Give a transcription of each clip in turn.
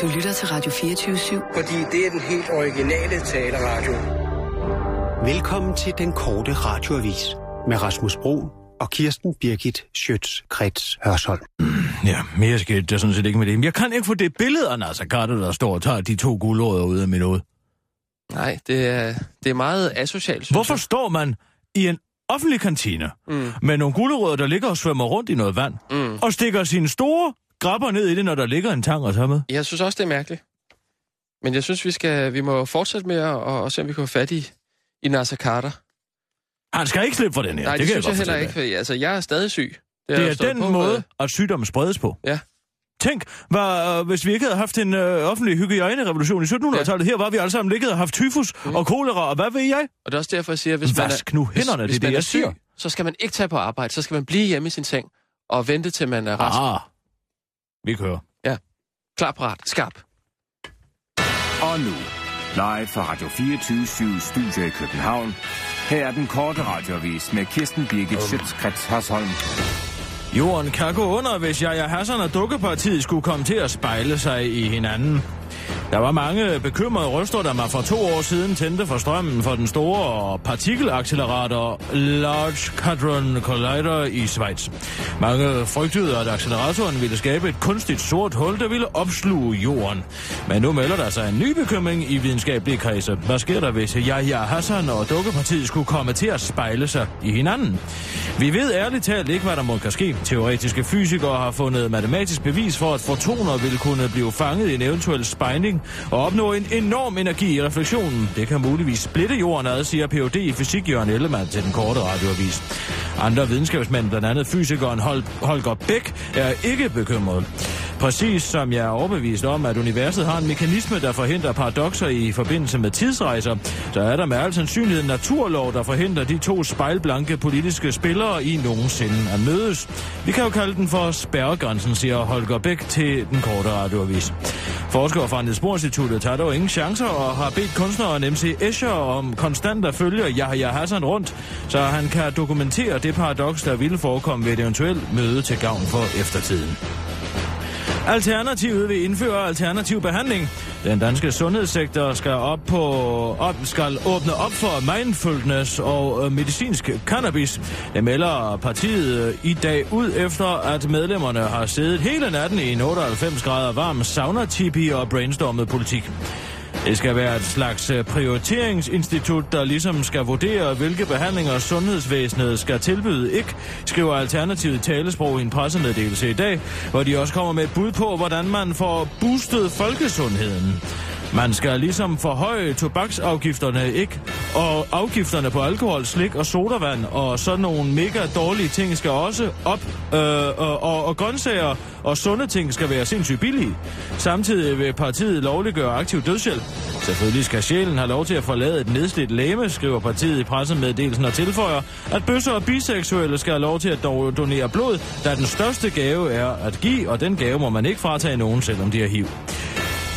Du lytter til Radio 24-7. Fordi det er den helt originale taleradio. Velkommen til den korte radioavis med Rasmus Bro og Kirsten Birgit Schøtz-Krets Hørsholm. Ja, mere skete der sådan set ikke med det. Men jeg kan ikke få det billede af Nasser Carter, der står og tager de to guldråder ud af min hoved. Nej, det er, det er meget asocialt, synes Hvorfor står man i en offentlig kantine mm. med nogle gulerødder, der ligger og svømmer rundt i noget vand, mm. og stikker sine store grabber ned i det, når der ligger en tang og tage med? jeg. Jeg synes også, det er mærkeligt. Men jeg synes, vi, skal, vi må fortsætte med at og, og se, om vi kan få fat i, i Nasser Carter. Han skal ikke slippe for den her. Nej, det, det kan synes jeg, godt heller fortælle ikke, dig. fordi altså, jeg er stadig syg. har jeg Det er stået den på måde, med. at sygdommen spredes på. Ja. Tænk, var, hvis vi ikke havde haft en øh, offentlig hygiejnerevolution i 1700-tallet, her var vi alle sammen ligget og haft tyfus mm. og kolera, og hvad ved jeg? Og det er også derfor, jeg siger, hvis man Vask er, nu hænderne, hvis, det er hvis man det, er jeg syg, siger. så skal man ikke tage på arbejde. Så skal man blive hjemme i sin seng og vente, til man er rask. Ah. Ah, vi kører. Klar, parat, skarp. Og nu, live fra Radio 24 Studio i København. Her er den korte radiovis med Kirsten Birgit Schøtzgrads Hasholm. Jorden kan gå under, hvis jeg, Hassan og Dukkepartiet skulle komme til at spejle sig i hinanden. Der var mange bekymrede røster, der mig for to år siden tændte for strømmen for den store partikelaccelerator Large Hadron Collider i Schweiz. Mange frygtede, at acceleratoren ville skabe et kunstigt sort hul, der ville opsluge jorden. Men nu melder der sig en ny bekymring i videnskabelige kredse. Hvad sker der, hvis Yahya Hassan og Dukkepartiet skulle komme til at spejle sig i hinanden? Vi ved ærligt talt ikke, hvad der må kan ske. Teoretiske fysikere har fundet matematisk bevis for, at fotoner vil kunne blive fanget i en eventuel spejling og opnå en enorm energi i refleksionen. Det kan muligvis splitte jorden ad, siger Ph.D. i fysik Jørgen Ellemann til den korte radioavis. Andre videnskabsmænd, blandt andet fysikeren Hol- Holger Bæk, er ikke bekymret. Præcis som jeg er overbevist om, at universet har en mekanisme, der forhindrer paradokser i forbindelse med tidsrejser, så er der med al sandsynlighed en naturlov, der forhindrer de to spejlblanke politiske spillere i nogensinde at mødes. Vi kan jo kalde den for spærregrænsen, siger Holger Bæk til den korte radioavis. Forskere fra Niels Bohr Instituttet tager dog ingen chancer og har bedt kunstneren MC Escher om konstant at følge Yahya Hassan rundt, så han kan dokumentere det paradoks, der ville forekomme ved et eventuelt møde til gavn for eftertiden. Alternativet vil indføre alternativ behandling. Den danske sundhedssektor skal op på op, skal åbne op for mindfulness og øh, medicinsk cannabis. Det melder partiet øh, i dag ud efter, at medlemmerne har siddet hele natten i en 98 grader varm sauna tipi og brainstormet politik. Det skal være et slags øh, prioriteringsinstitut, der ligesom skal vurdere, hvilke behandlinger sundhedsvæsenet skal tilbyde ikke, skriver Alternativet Talesprog i en pressemeddelelse i dag, hvor de også kommer med et bud på, hvordan man får boostet folkesundheden. Man skal ligesom forhøje tobaksafgifterne, ikke? Og afgifterne på alkohol, slik og sodavand og sådan nogle mega dårlige ting skal også op. Øh, og, og, og grøntsager og sunde ting skal være sindssygt billige. Samtidig vil partiet lovliggøre aktiv dødshjælp. Selvfølgelig skal sjælen have lov til at forlade et nedslidt læme, skriver partiet i pressemeddelelsen og tilføjer, at bøsser og biseksuelle skal have lov til at do- donere blod, da den største gave er at give, og den gave må man ikke fratage nogen, selvom de er hiv.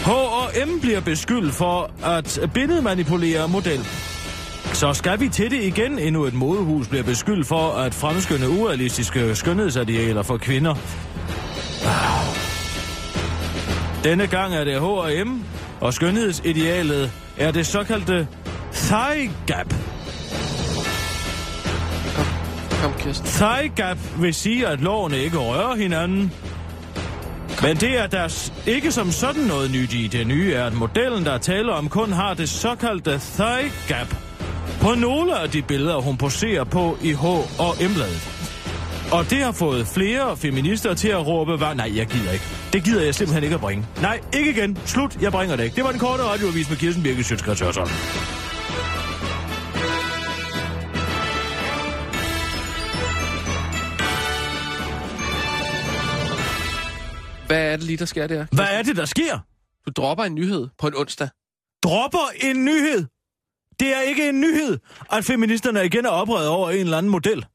H&M bliver beskyldt for at billedmanipulere model. Så skal vi til det igen. Endnu et modehus bliver beskyldt for at fremskynde urealistiske skønhedsidealer for kvinder. Ah. Denne gang er det H&M, og skønhedsidealet er det såkaldte thigh gap. Kom, Kirsten. Thigh gap vil sige, at lårene ikke rører hinanden. Men det er der s- ikke som sådan noget nyt i. Det nye er, at modellen, der taler om, kun har det såkaldte thigh gap. På nogle af de billeder, hun poserer på i H og M-bladet. Og det har fået flere feminister til at råbe, var, nej, jeg gider ikke. Det gider jeg simpelthen ikke at bringe. Nej, ikke igen. Slut, jeg bringer det ikke. Det var den korte radioavis med Kirsten Birke Sjøtskrets Hvad er det lige, der sker der? Hvad er det, der sker? Du dropper en nyhed på en onsdag. dropper en nyhed. Det er ikke en nyhed, at feministerne igen er oprevet over en eller anden model,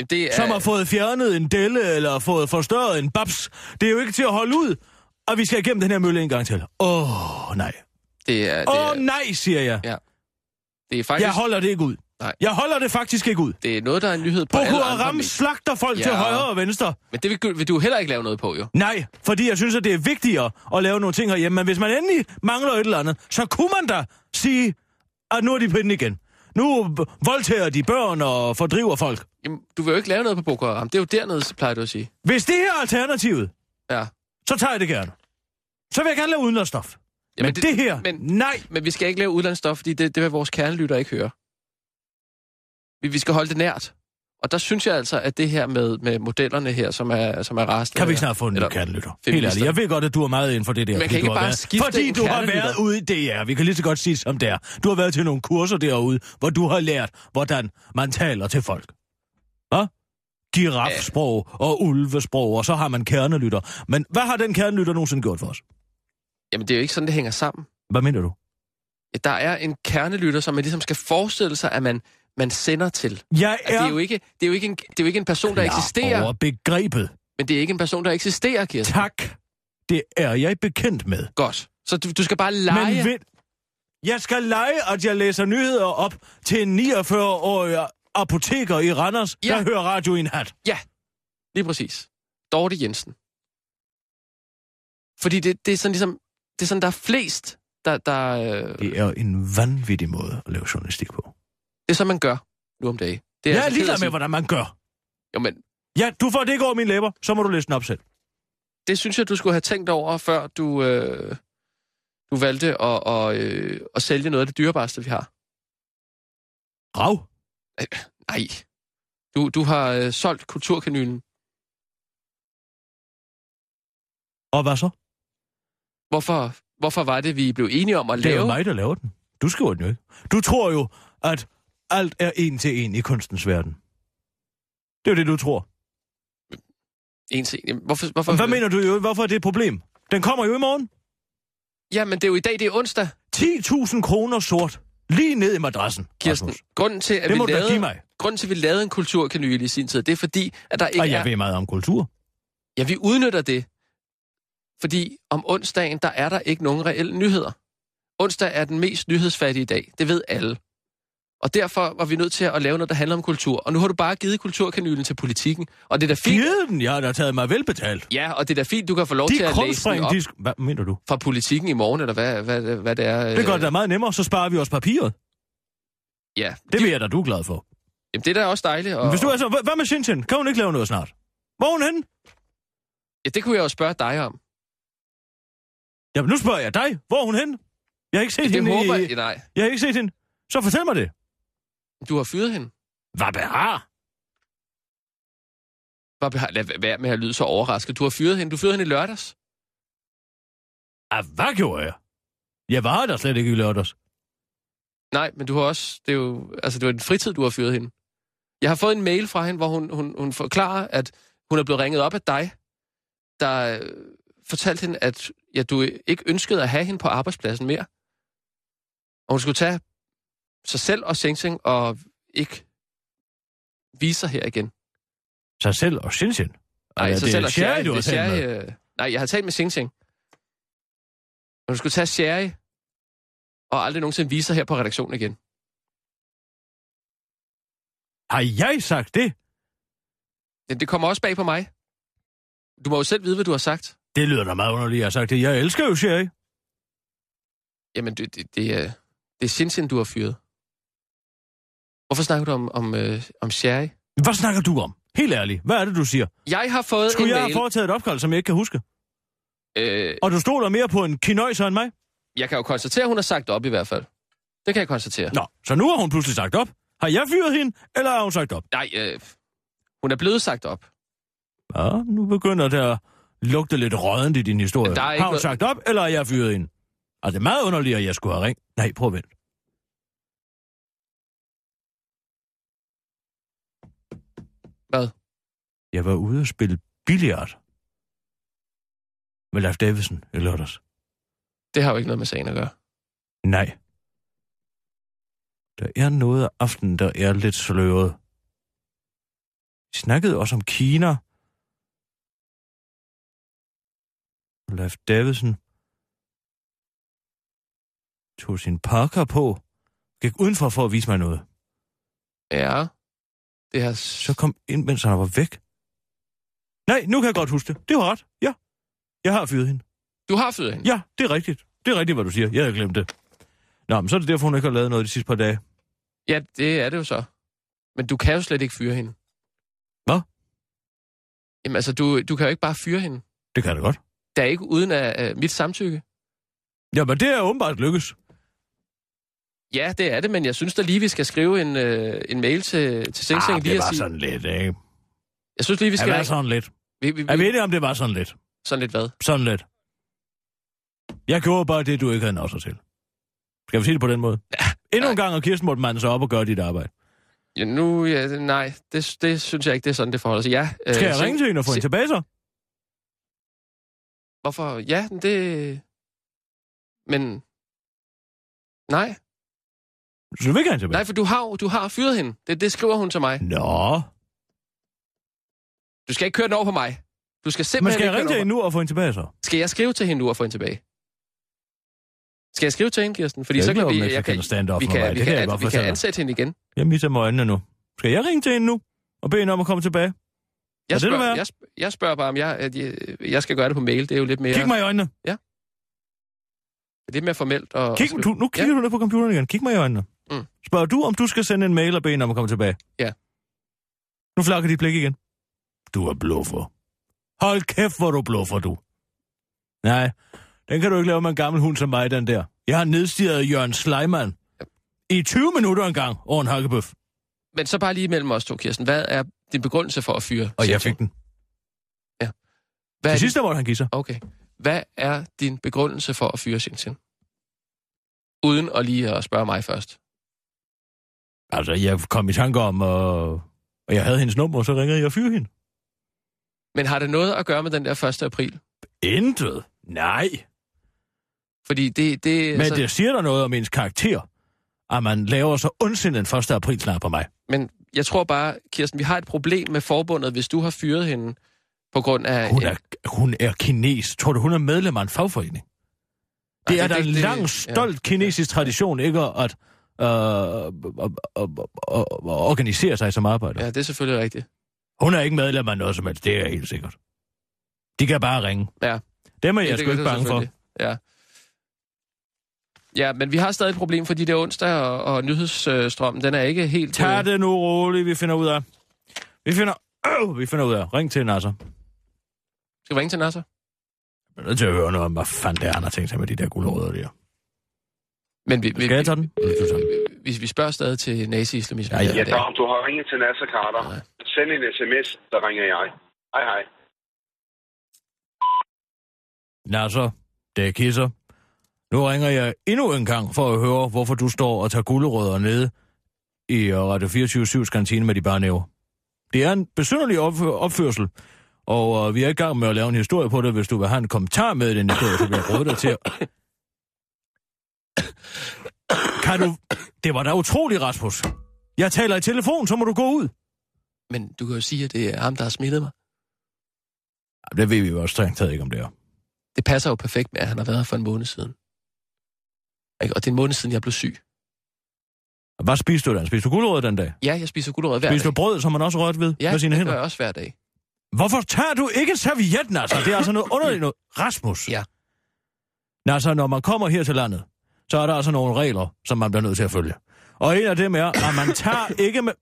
Jamen, Det er, ja. som har fået fjernet en delle eller fået forstørret en babs. Det er jo ikke til at holde ud, og vi skal igennem den her mølle en gang til. Åh, oh, nej. det er, det Åh, er, oh, nej, siger jeg. Ja. det er faktisk... Jeg holder det ikke ud. Nej. Jeg holder det faktisk ikke ud. Det er noget, der er en nyhed på Boko alle andre Haram medier. slagter folk ja. til Ja. højre og venstre. Men det vil, du- vil du heller ikke lave noget på, jo. Nej, fordi jeg synes, at det er vigtigere at lave nogle ting herhjemme. Men hvis man endelig mangler et eller andet, så kunne man da sige, at nu er de pinde igen. Nu b- voldtager de børn og fordriver folk. Jamen, du vil jo ikke lave noget på Boko Haram. Det er jo dernede, så plejer du at sige. Hvis det her er alternativet, Ja. så tager jeg det gerne. Så vil jeg gerne lave udenlandsstof. Jamen men det, det her, men... men- nej. Men vi skal ikke lave udlandsstof, fordi det, det vil vores kernelytter ikke høre. Vi, vi skal holde det nært. Og der synes jeg altså, at det her med, med modellerne her, som er, som er resten... Kan vi ikke snart få en ny eller- kernelytter? Helt feminister. ærligt, jeg ved godt, at du er meget inden for det der. Man kan fordi ikke du har bare været, skifte Fordi en du har kernelytter. været ude i DR, vi kan lige så godt sige det, som det er. Du har været til nogle kurser derude, hvor du har lært, hvordan man taler til folk. Hvad? Girafsprog og ulvesprog, og så har man kernelytter. Men hvad har den kernelytter nogensinde gjort for os? Jamen, det er jo ikke sådan, det hænger sammen. Hvad mener du? Ja, Der er en kernelytter, som man ligesom skal forestille sig, at man, man sender til. Jeg At er, det, er jo ikke, det, er jo ikke en, det er jo ikke en person, der klar eksisterer, over begrebet. men det er ikke en person, der eksisterer, Kirsten. Tak. Det er jeg bekendt med. Godt. Så du, du skal bare lege... Men ved... Jeg skal lege, at jeg læser nyheder op til en 49-årig apoteker i Randers, ja. Ja. der hører radio i en hat. Ja, lige præcis. Dorte Jensen. Fordi det, det er sådan ligesom, det er sådan, der er flest, der, der øh, det Det er en vanvittig måde at lave journalistik på. er sådan, man gør nu om dagen. Det Jeg er altså ked ligeglad at med, sige. hvordan man gør. Jo, men Ja, du får det ikke over mine læber, så må du læse den op selv. det synes jeg, du skulle have tænkt over, før du, øh, du valgte at, og, øh, at sælge noget af det dyrebareste, vi har. Rav. Nej. Du, du har øh, solgt kulturkanylen. Og hvad så? Hvorfor, hvorfor var det, vi blev enige om at Det er jo lave? mig, der laver den. Du skriver den jo ikke. Du tror jo, at alt er en til en i kunstens verden. Det er jo det, du tror. En til, Jamen, hvorfor, hvorfor, Hvad mener du jo? Hvorfor er det et problem? Den kommer jo i morgen. Jamen, det er jo i dag, det er onsdag, 10.000 kroner sort. Lige ned i madrassen. Kirsten. Rasmus. Grunden til, at Det vi må du da lavede... give mig. grunden til, at vi lavede en kulturkanyle i sin tid, det er fordi, at der ikke Og jeg er... ved meget om kultur. Ja, vi udnytter det. Fordi om onsdagen, der er der ikke nogen reelle nyheder. Onsdag er den mest nyhedsfattige dag. Det ved alle. Og derfor var vi nødt til at lave noget, der handler om kultur. Og nu har du bare givet kulturkanylen til politikken. Og det er da fint. Givet den, jeg har da taget mig velbetalt. Ja, og det er da fint, du kan få lov De til at læse den krumspring, op de... sk- Hvad mener du? fra politikken i morgen, eller hvad, hvad, hvad det er. øh, Det gør det da meget nemmere, så sparer vi også papiret. Ja, Det ved jeg da, du er glad for. Jamen, det er da også dejligt. Og... Men hvis du er så, hvad hvad med Shinchin? Kan hun ikke lave noget snart? Hvor er hun henne? Ja, det kunne jeg jo spørge dig om. Jamen, nu spørger jeg dig. Hvor er hun henne? Jeg har ikke set Det hende håber i... jeg... Nej, Jeg har ikke set hende. Så fortæl mig det. du har fyret hende. Hvad behar? Bare behar- lad være med at lyde så overrasket. Du har fyret hende. Du fyrede hende i lørdags. Ah, hvad gjorde jeg? Jeg var der slet ikke i lørdags. Nej, men du har også... Det er jo, altså, det var en fritid, du har fyret hende. Jeg har fået en mail fra hende, hvor hun, hun, hun forklarer, at hun er blevet ringet op af dig, der øh, fortalte hende, at ja, du ikke ønskede at have hende på arbejdspladsen mere. Og hun skulle tage sig selv og Sing Sing og ikke vise sig her igen. Sig selv og Shinchin. Nej, ja, så det selv er og Sherry, Sherry, du har det er talt Sherry, øh, Nej, jeg har talt med Sing Sing. Men du skulle tage Sherry og aldrig nogensinde vise sig her på redaktionen igen. Har jeg sagt det? Men det kommer også bag på mig. Du må jo selv vide, hvad du har sagt. Det lyder da meget underligt, jeg har sagt det. Jeg elsker jo Sherry. Jamen, det, det, det, er, det er Sinsin, du har fyret. Hvorfor snakker du om, om, øh, om Sherry? Hvad snakker du om? Helt ærligt, hvad er det, du siger? Jeg har fået Skulle en jeg have mail. foretaget et opkald, som jeg ikke kan huske? Øh, Og du stoler mere på en kinøjser end mig? jeg kan jo konstatere, at hun har sagt op i hvert fald. Det kan jeg konstatere. Nå, så nu har hun pludselig sagt op. Har jeg fyret hende, eller har hun sagt op? Nej, øh, hun er blevet sagt op. Ja, nu begynder det at lugte lidt rådent i din historie. Men der er Har ikke hun noget- sagt op, eller har jeg fyret hende? Altså, det er meget underligt, at jeg skulle have ringt. Nej, prøv at vent. Hvad? Jeg var ude og spille billiard med Leif Davidsen i lørdags. Det har jo ikke noget med sagen at gøre. Nej. Der er noget af aftenen, der er lidt sløret. Vi snakkede også om Kina. Og Leif Davidsen tog sin pakker på, gik udenfor for at vise mig noget. er det her... Så kom ind, mens han var væk. Nej, nu kan jeg godt huske det. Det var ret. Ja. Jeg har fyret hende. Du har fyret hende? Ja, det er rigtigt. Det er rigtigt, hvad du siger. Jeg havde glemt det. Nå, men så er det derfor, hun ikke har lavet noget de sidste par dage. Ja, det er det jo så. Men du kan jo slet ikke fyre hende. Hvad? Jamen altså, du, du kan jo ikke bare fyre hende. Det kan jeg da godt. Der er ikke uden af uh, mit samtykke. Jamen, det er åbenbart lykkes. Ja, det er det, men jeg synes da lige, vi skal skrive en, øh, en mail til, til Sengsengen lige Ah, det at var sige... sådan lidt, ikke? Jeg synes lige, vi Det skal... var sådan lidt. vi, vi, Er vi vi, enige om, det var sådan lidt? sådan lidt hvad? Sådan lidt. Jeg gjorde bare det, du ikke havde nået sig til. Skal vi sige det på den måde? Endnu en gang har Kirsten måtte manden så op og gøre dit arbejde. Ja, nu, ja, nej, det, det synes jeg ikke, det er sådan, det forholder sig. Ja, øh, Skal jeg Seng- ringe til hende og få Se- hende tilbage så? Hvorfor? Ja, men det... Men... Nej, Så vil ikke have hende tilbage. nej, for du har, jo- du har fyret hende. Det, det skriver hun til mig. Nå. Du skal ikke køre den over på mig. Du skal Men simpelthen skal jeg ikke ringe til køre den hende nu og få hende tilbage så? over- Skal jeg skrive til hende nu og få hende tilbage? Skal jeg skrive til hende, Kirsten? Fordi Jeg så gider kan vi, dem ikke, jeg for kan, den stand-up vi med mig. kan, vi Det kan jeg kan, godt vi kan altså- fortælle dig. ansætte hende igen. Jeg misser mig øjnene nu. Skal jeg ringe til hende nu og bede hende om at komme tilbage? Jeg Kan det spørger, være? jeg, sp- jeg spørger bare, om jeg, at jeg, jeg skal gøre det på mail. Det er jo lidt mere, Kig mig i øjnene. lidt mere formelt. Og, Kig, og du, nu kigger du ned på computeren igen. Kig mig i øjnene. Mm. Spørger du, om du skal sende en mail og bede hende om at komme tilbage? Ja. Nu flakker dit blik igen. Du er bluffer. Hold kæft, hvor du bluffer, du. Nej, den kan du ikke lave med en gammel hund som mig, den der. Jeg har nedstiget Jørgen Sleiman. I 20 minutter engang over en hakkebøf. Men så bare lige mellem os to, Kirsten. Hvad er din begrundelse for at fyre? Og jeg Sexton? fik den. Hvad er Til din- sidst, der måtte han give sig. Okay. Hvad er din begrundelse for at fyre Shenzhen? Uden at lige at spørge mig først. Altså, jeg kom i tanke om, og, og jeg havde hendes nummer, og så ringede jeg og fyrede hende. Men har det noget at gøre med den der 1. april? Intet. Nej. Fordi det... det, Men altså, det siger der noget om ens karakter, at man laver så ondsindet en 1. april snart på mig. men jeg tror bare, Kirsten, vi har et problem med forbundet, hvis du har fyret hende på grund af... Hun er, hun er kines. Tror du, hun er medlem af en fagforening? Det er det- da en det- det- ja. lang, stolt kinesisk tradition, ikke at øh, øh, øh, øh, organisere sig som arbejder. Ja, det er selvfølgelig rigtigt. Hun er ikke medlem af noget som helst, det er helt sikkert. De kan bare ringe. Ja. Dem er jeg det, sgu det- ikke det er bange for. selvfølgelig. Ja. Ja, men vi har stadig et problem, fordi det er onsdag, og, og nyhedsstrømmen, den er ikke helt... øh, Tag det nu roligt, vi finder ud af. Vi finder, øh, vi finder ud af. Ring til Nasser. Skal vi ringe til Nasser? Jeg er nødt til at høre noget om, hvad fanden det er, han har tænkt sig med de der guldråder der. Men vi, vi, Skal jeg tage den? Eller skal du tage den? vi, vi spørger stadig til nazi-islamisme. Ja, ja. Ja, så om du har ringet til Nasser Carter, send en sms, så ringer jeg. Hej hej. Nasser, det er Kisser. Nu ringer jeg endnu en gang for at høre, hvorfor du står og tager gulerødder nede i øh, Radio 24-7's kantine med de bare næver. Det er en besynderlig opfø- opførsel, og øh, vi er i gang med at lave en historie på det, hvis du vil have en kommentar med i den historie, så vil jeg råde dig til. at- Kan du... Det var da utroligt, Rasmus. Jeg taler i telefon, så må du gå ud. Men du kan jo sige, at det er ham, der har smittet mig. Jamen, Det ved vi jo også strengt taget ikke, om det er. Det passer jo perfekt med, at han har været her for en måned siden. Ikke? Og det er en måned siden, jeg blev syg. Hvad spiste du den? Spiste du gulerødder den dag? Ja, jeg spiser gulerødder hver Spiste du dag. brød, som man også rørte ved Ja, med sine det hænder? gør jeg også hver dag. Hvorfor tager du ikke servietten, altså? Det er altså noget underligt noget. Rasmus. Ja. Altså, når man kommer her til landet, så er der altså nogle regler, som man bliver nødt til at følge. Og en af dem er, at man tager ikke med...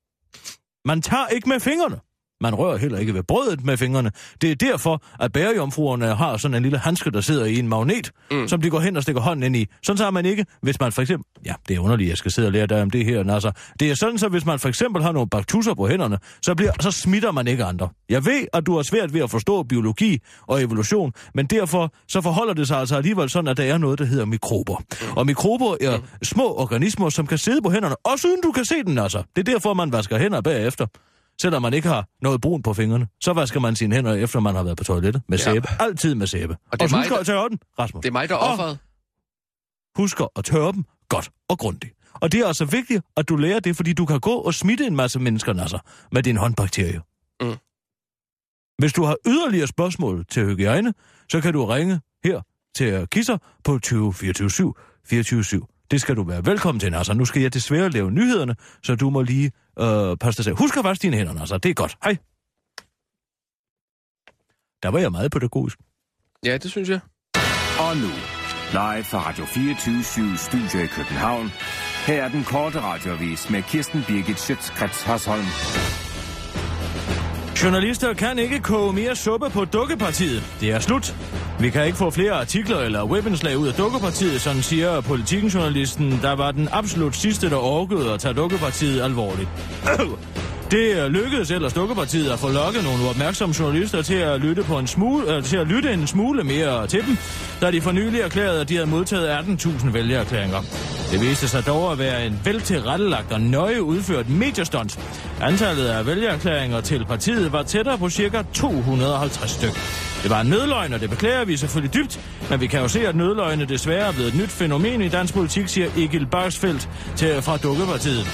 Man tager ikke med fingrene. Man rører heller ikke ved brødet med fingrene. Det er derfor, at bærejomfruerne har sådan en lille handske, der sidder i en magnet, mm. som de går hen og stikker hånden ind i. Sådan så har man ikke, hvis man for eksempel... Ja, det er underligt, jeg skal sidde og lære dig om det her, Nasser. Det er sådan, så hvis man for eksempel har nogle baktusser på hænderne, så, bliver, så smitter man ikke andre. Jeg ved, at du har svært ved at forstå biologi og evolution, men derfor så forholder det sig altså alligevel sådan, at der er noget, der hedder mikrober. Og mikrober er små organismer, som kan sidde på hænderne, også uden du kan se den, altså. Det er derfor, man vasker hænder bagefter. Selvom man ikke har noget brun på fingrene, så vasker man sine hænder, efter man har været på toilettet. Med Ja. sæbe. Altid med sæbe. Og, er og husk mig, at tørre dem, Rasmus. Det er mig, der er Og offeret. Husk at tørre dem godt og grundigt. Og det er altså vigtigt, at du lærer det, fordi du kan gå og smitte en masse mennesker, Nasser, med din håndbakterie. Mm. Hvis du har yderligere spørgsmål til hygiejne, så kan du ringe her til Kisser på 20 24 7 24 7. Det skal du være velkommen til, Nasser. Nu skal jeg desværre lave nyhederne, så du må lige øh, pas dig selv. Husk at vaske dine hænder, altså. Det er godt. Hej. Der var jeg meget pædagogisk. Ja, det synes jeg. Og nu, live fra Radio 24 Studio i København. Her er den korte radiovis med Kirsten Birgit Schøtzgrads Hasholm. Journalister kan ikke koge mere suppe på dukkepartiet. Det er slut. Vi kan ikke få flere artikler eller webindslag ud af dukkepartiet, sådan siger politikenjournalisten, der var den absolut sidste, der orkede at tage dukkepartiet alvorligt. Det lykkedes ellers dukkepartiet at få lokket nogle opmærksomme journalister til at lytte, på en smule, øh, til at lytte en smule mere til dem, da de for nylig erklærede, at de havde modtaget 18.000 vælgererklæringer. Det viste sig dog at være en veltilrettelagt og nøje udført mediestunt. Antallet af vælgererklæringer til partiet var tættere på ca. 250 styk. Det var en nødløgn, og det beklager vi selvfølgelig dybt, men vi kan jo se, at nødløgne desværre er blevet et nyt fænomen i dansk politik, siger Egil Barsfeldt til, fra Dukkepartiet.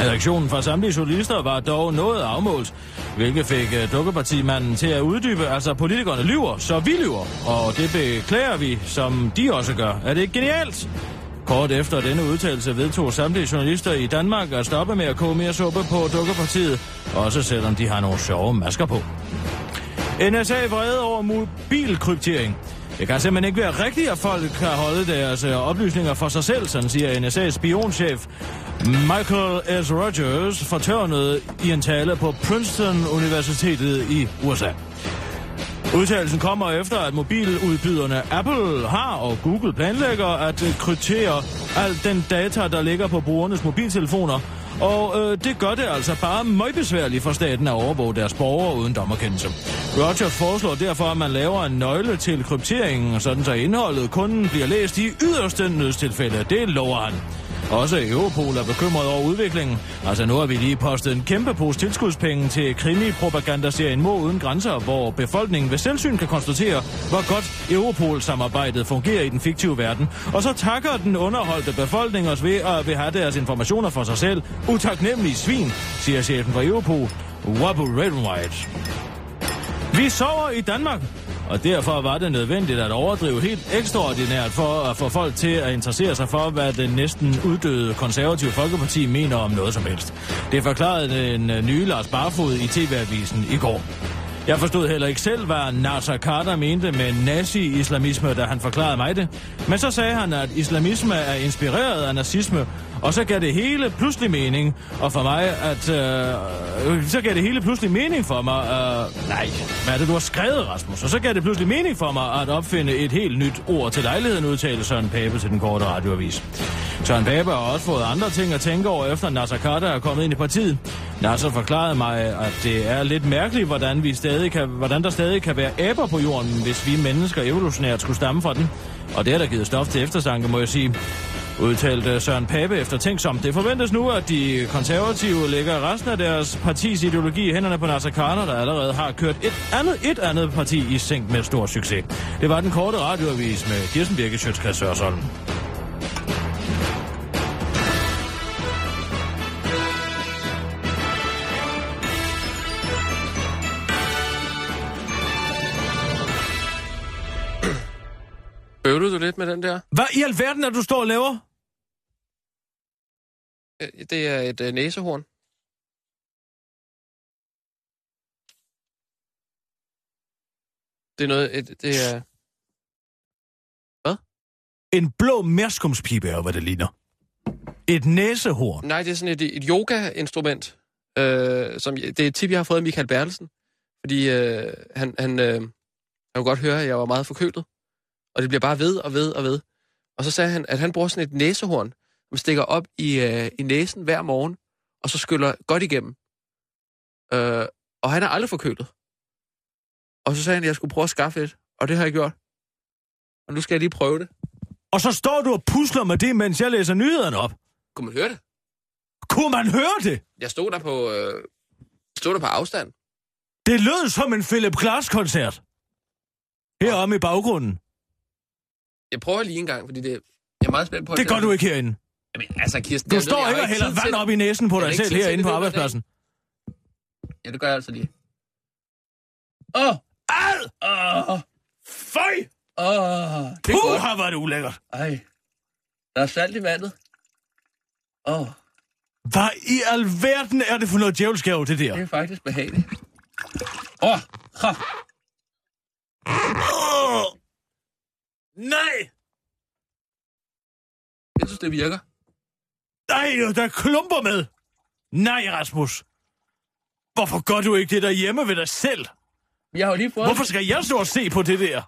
Reaktionen fra samtlige journalister var dog noget afmålt, hvilket fik øh, dukkepartimanden til at uddybe, altså politikerne lyver, så vi lyver, og det beklager vi, som de også gør. Er det ikke genialt? Kort efter denne udtalelse vedtog samtlige journalister i Danmark at stoppe med at koge mere suppe på dukkerpartiet, også selvom de har nogle sjove masker på. NSA vrede over mobilkryptering. Det kan simpelthen ikke være rigtigt, at folk kan holde deres øh, oplysninger for sig selv, sådan siger NSA's spionchef Michael S. Rogers fortørnet i en tale på Princeton-universitetet i USA. Udtalelsen kommer efter, at mobiludbyderne Apple har og Google planlægger at øh, kryptere al den data, der ligger på brugernes mobiltelefoner. Og øh, det gør det altså bare møgbesværligt for staten at overvåge deres borgere uden dommerkendelse. Rogers foreslår derfor, at man laver en nøgle til krypteringen, sådan så indholdet kun bliver læst i yderste nødstilfælde. Det lover han. Også Europol er bekymret over udviklingen. Altså nu har vi lige postet en kæmpe pose tilskudspenge til krimipropagandaserien Må Uden Grænser, hvor befolkningen ved selvsyn kan konstatere, hvor godt Europol-samarbejdet fungerer i den fiktive verden. Og så takker den underholdte befolkning os ved at vil have deres informationer for sig selv. Utaknemmelige svin, siger chefen for Europol, Wabu Redenwhite. Vi sover i Danmark, og derfor var det nødvendigt at overdrive helt ekstraordinært for at få folk til at interessere sig for, hvad den næsten uddøde konservative folkeparti mener om noget som helst. Det forklarede den øh, nye Lars Barfod i TV-avisen i går. Jeg forstod heller ikke selv, hvad Nasser Carter mente med nazi-islamisme, da han forklarede mig det. Men så sagde han, at islamisme er inspireret af nazisme, og så gav det hele pludselig mening. Og for mig, at... Øh, så gav det hele pludselig mening for mig... Øh, nej, hvad er det, du har skrevet, Rasmus? Og så gav det pludselig mening for mig at opfinde et helt nyt ord til lejligheden, udtalte Søren Pape til den korte radioavis. Søren Pape har også fået andre ting at tænke over, efter Nasser Carter er kommet ind i partiet. Nasser forklarede mig, at det er lidt mærkeligt, hvordan, vi stadig kan, hvordan der stadig kan være aber på jorden, hvis vi mennesker evolutionært skulle stamme fra den. Og det har der givet stof til eftersanke, må jeg sige udtalte Søren Pape efter tænksomt. Det forventes nu, at de konservative lægger resten af deres partis ideologi i hænderne på Nasser Carter, der allerede har kørt et andet, et andet parti i seng med stor succes. Det var den korte radioavis med Kirsten Birke Sjøtskreds Sørsholm. Bøvlede du lidt med den der? Hvad i alverden er du står og laver? Øh, Det er et øh, næsehorn. Det er noget... Et, det er... En blå merskumspibe er, hvad det ligner. Et næsehorn. Nej, det er sådan et, et yoga-instrument. Øh, som, det er et tip, jeg har fået af Michael Bertelsen. Fordi øh, han, han, øh, han kunne godt høre, at jeg var meget forkølet. Og det bliver bare ved og ved og ved. Og så sagde han, at han bruger sådan et næsehorn, som stikker op i, øh, i næsen hver morgen, og så skyller godt igennem. Øh, og han er aldrig forkølet. Og så sagde han, at jeg skulle prøve at skaffe et, og det har jeg gjort. Og nu skal jeg lige prøve det. Og så står du og pusler med det, mens jeg læser nyhederne op. Kunne man høre det? Kunne man høre det? Jeg stod der på, øh, stod der på afstand. Det lød som en Philip Glass-koncert. Heromme i baggrunden. Jeg prøver lige en gang, fordi det, jeg er meget spændt på... at Det gør er- du ikke herinde. Jamen, altså, Kirsten, Du jeg ved det, står jeg ikke har og hælder tid til vand det. op i næsen på Jeg har dig ikke selv tid til herinde det på i løbet af dagen. arbejdspladsen. Ja, det gør jeg altså lige. Åh! Oh, Ad! åh! Oh, Føj! åh! Det er Puh, godt. har været ulækkert. Ej. Der er salt i vandet. Åh. Oh. Hvad i alverden er det for noget djævelskab, det der? Det er faktisk behageligt. Åh, oh, ha. Åh! Nej! jeg synes, det virker. Nej, der er klumper med! Nej, Rasmus! Hvorfor gør du ikke det derhjemme ved dig selv? Jeg har jo lige prøvet. Hvorfor skal jeg stå og se på det der?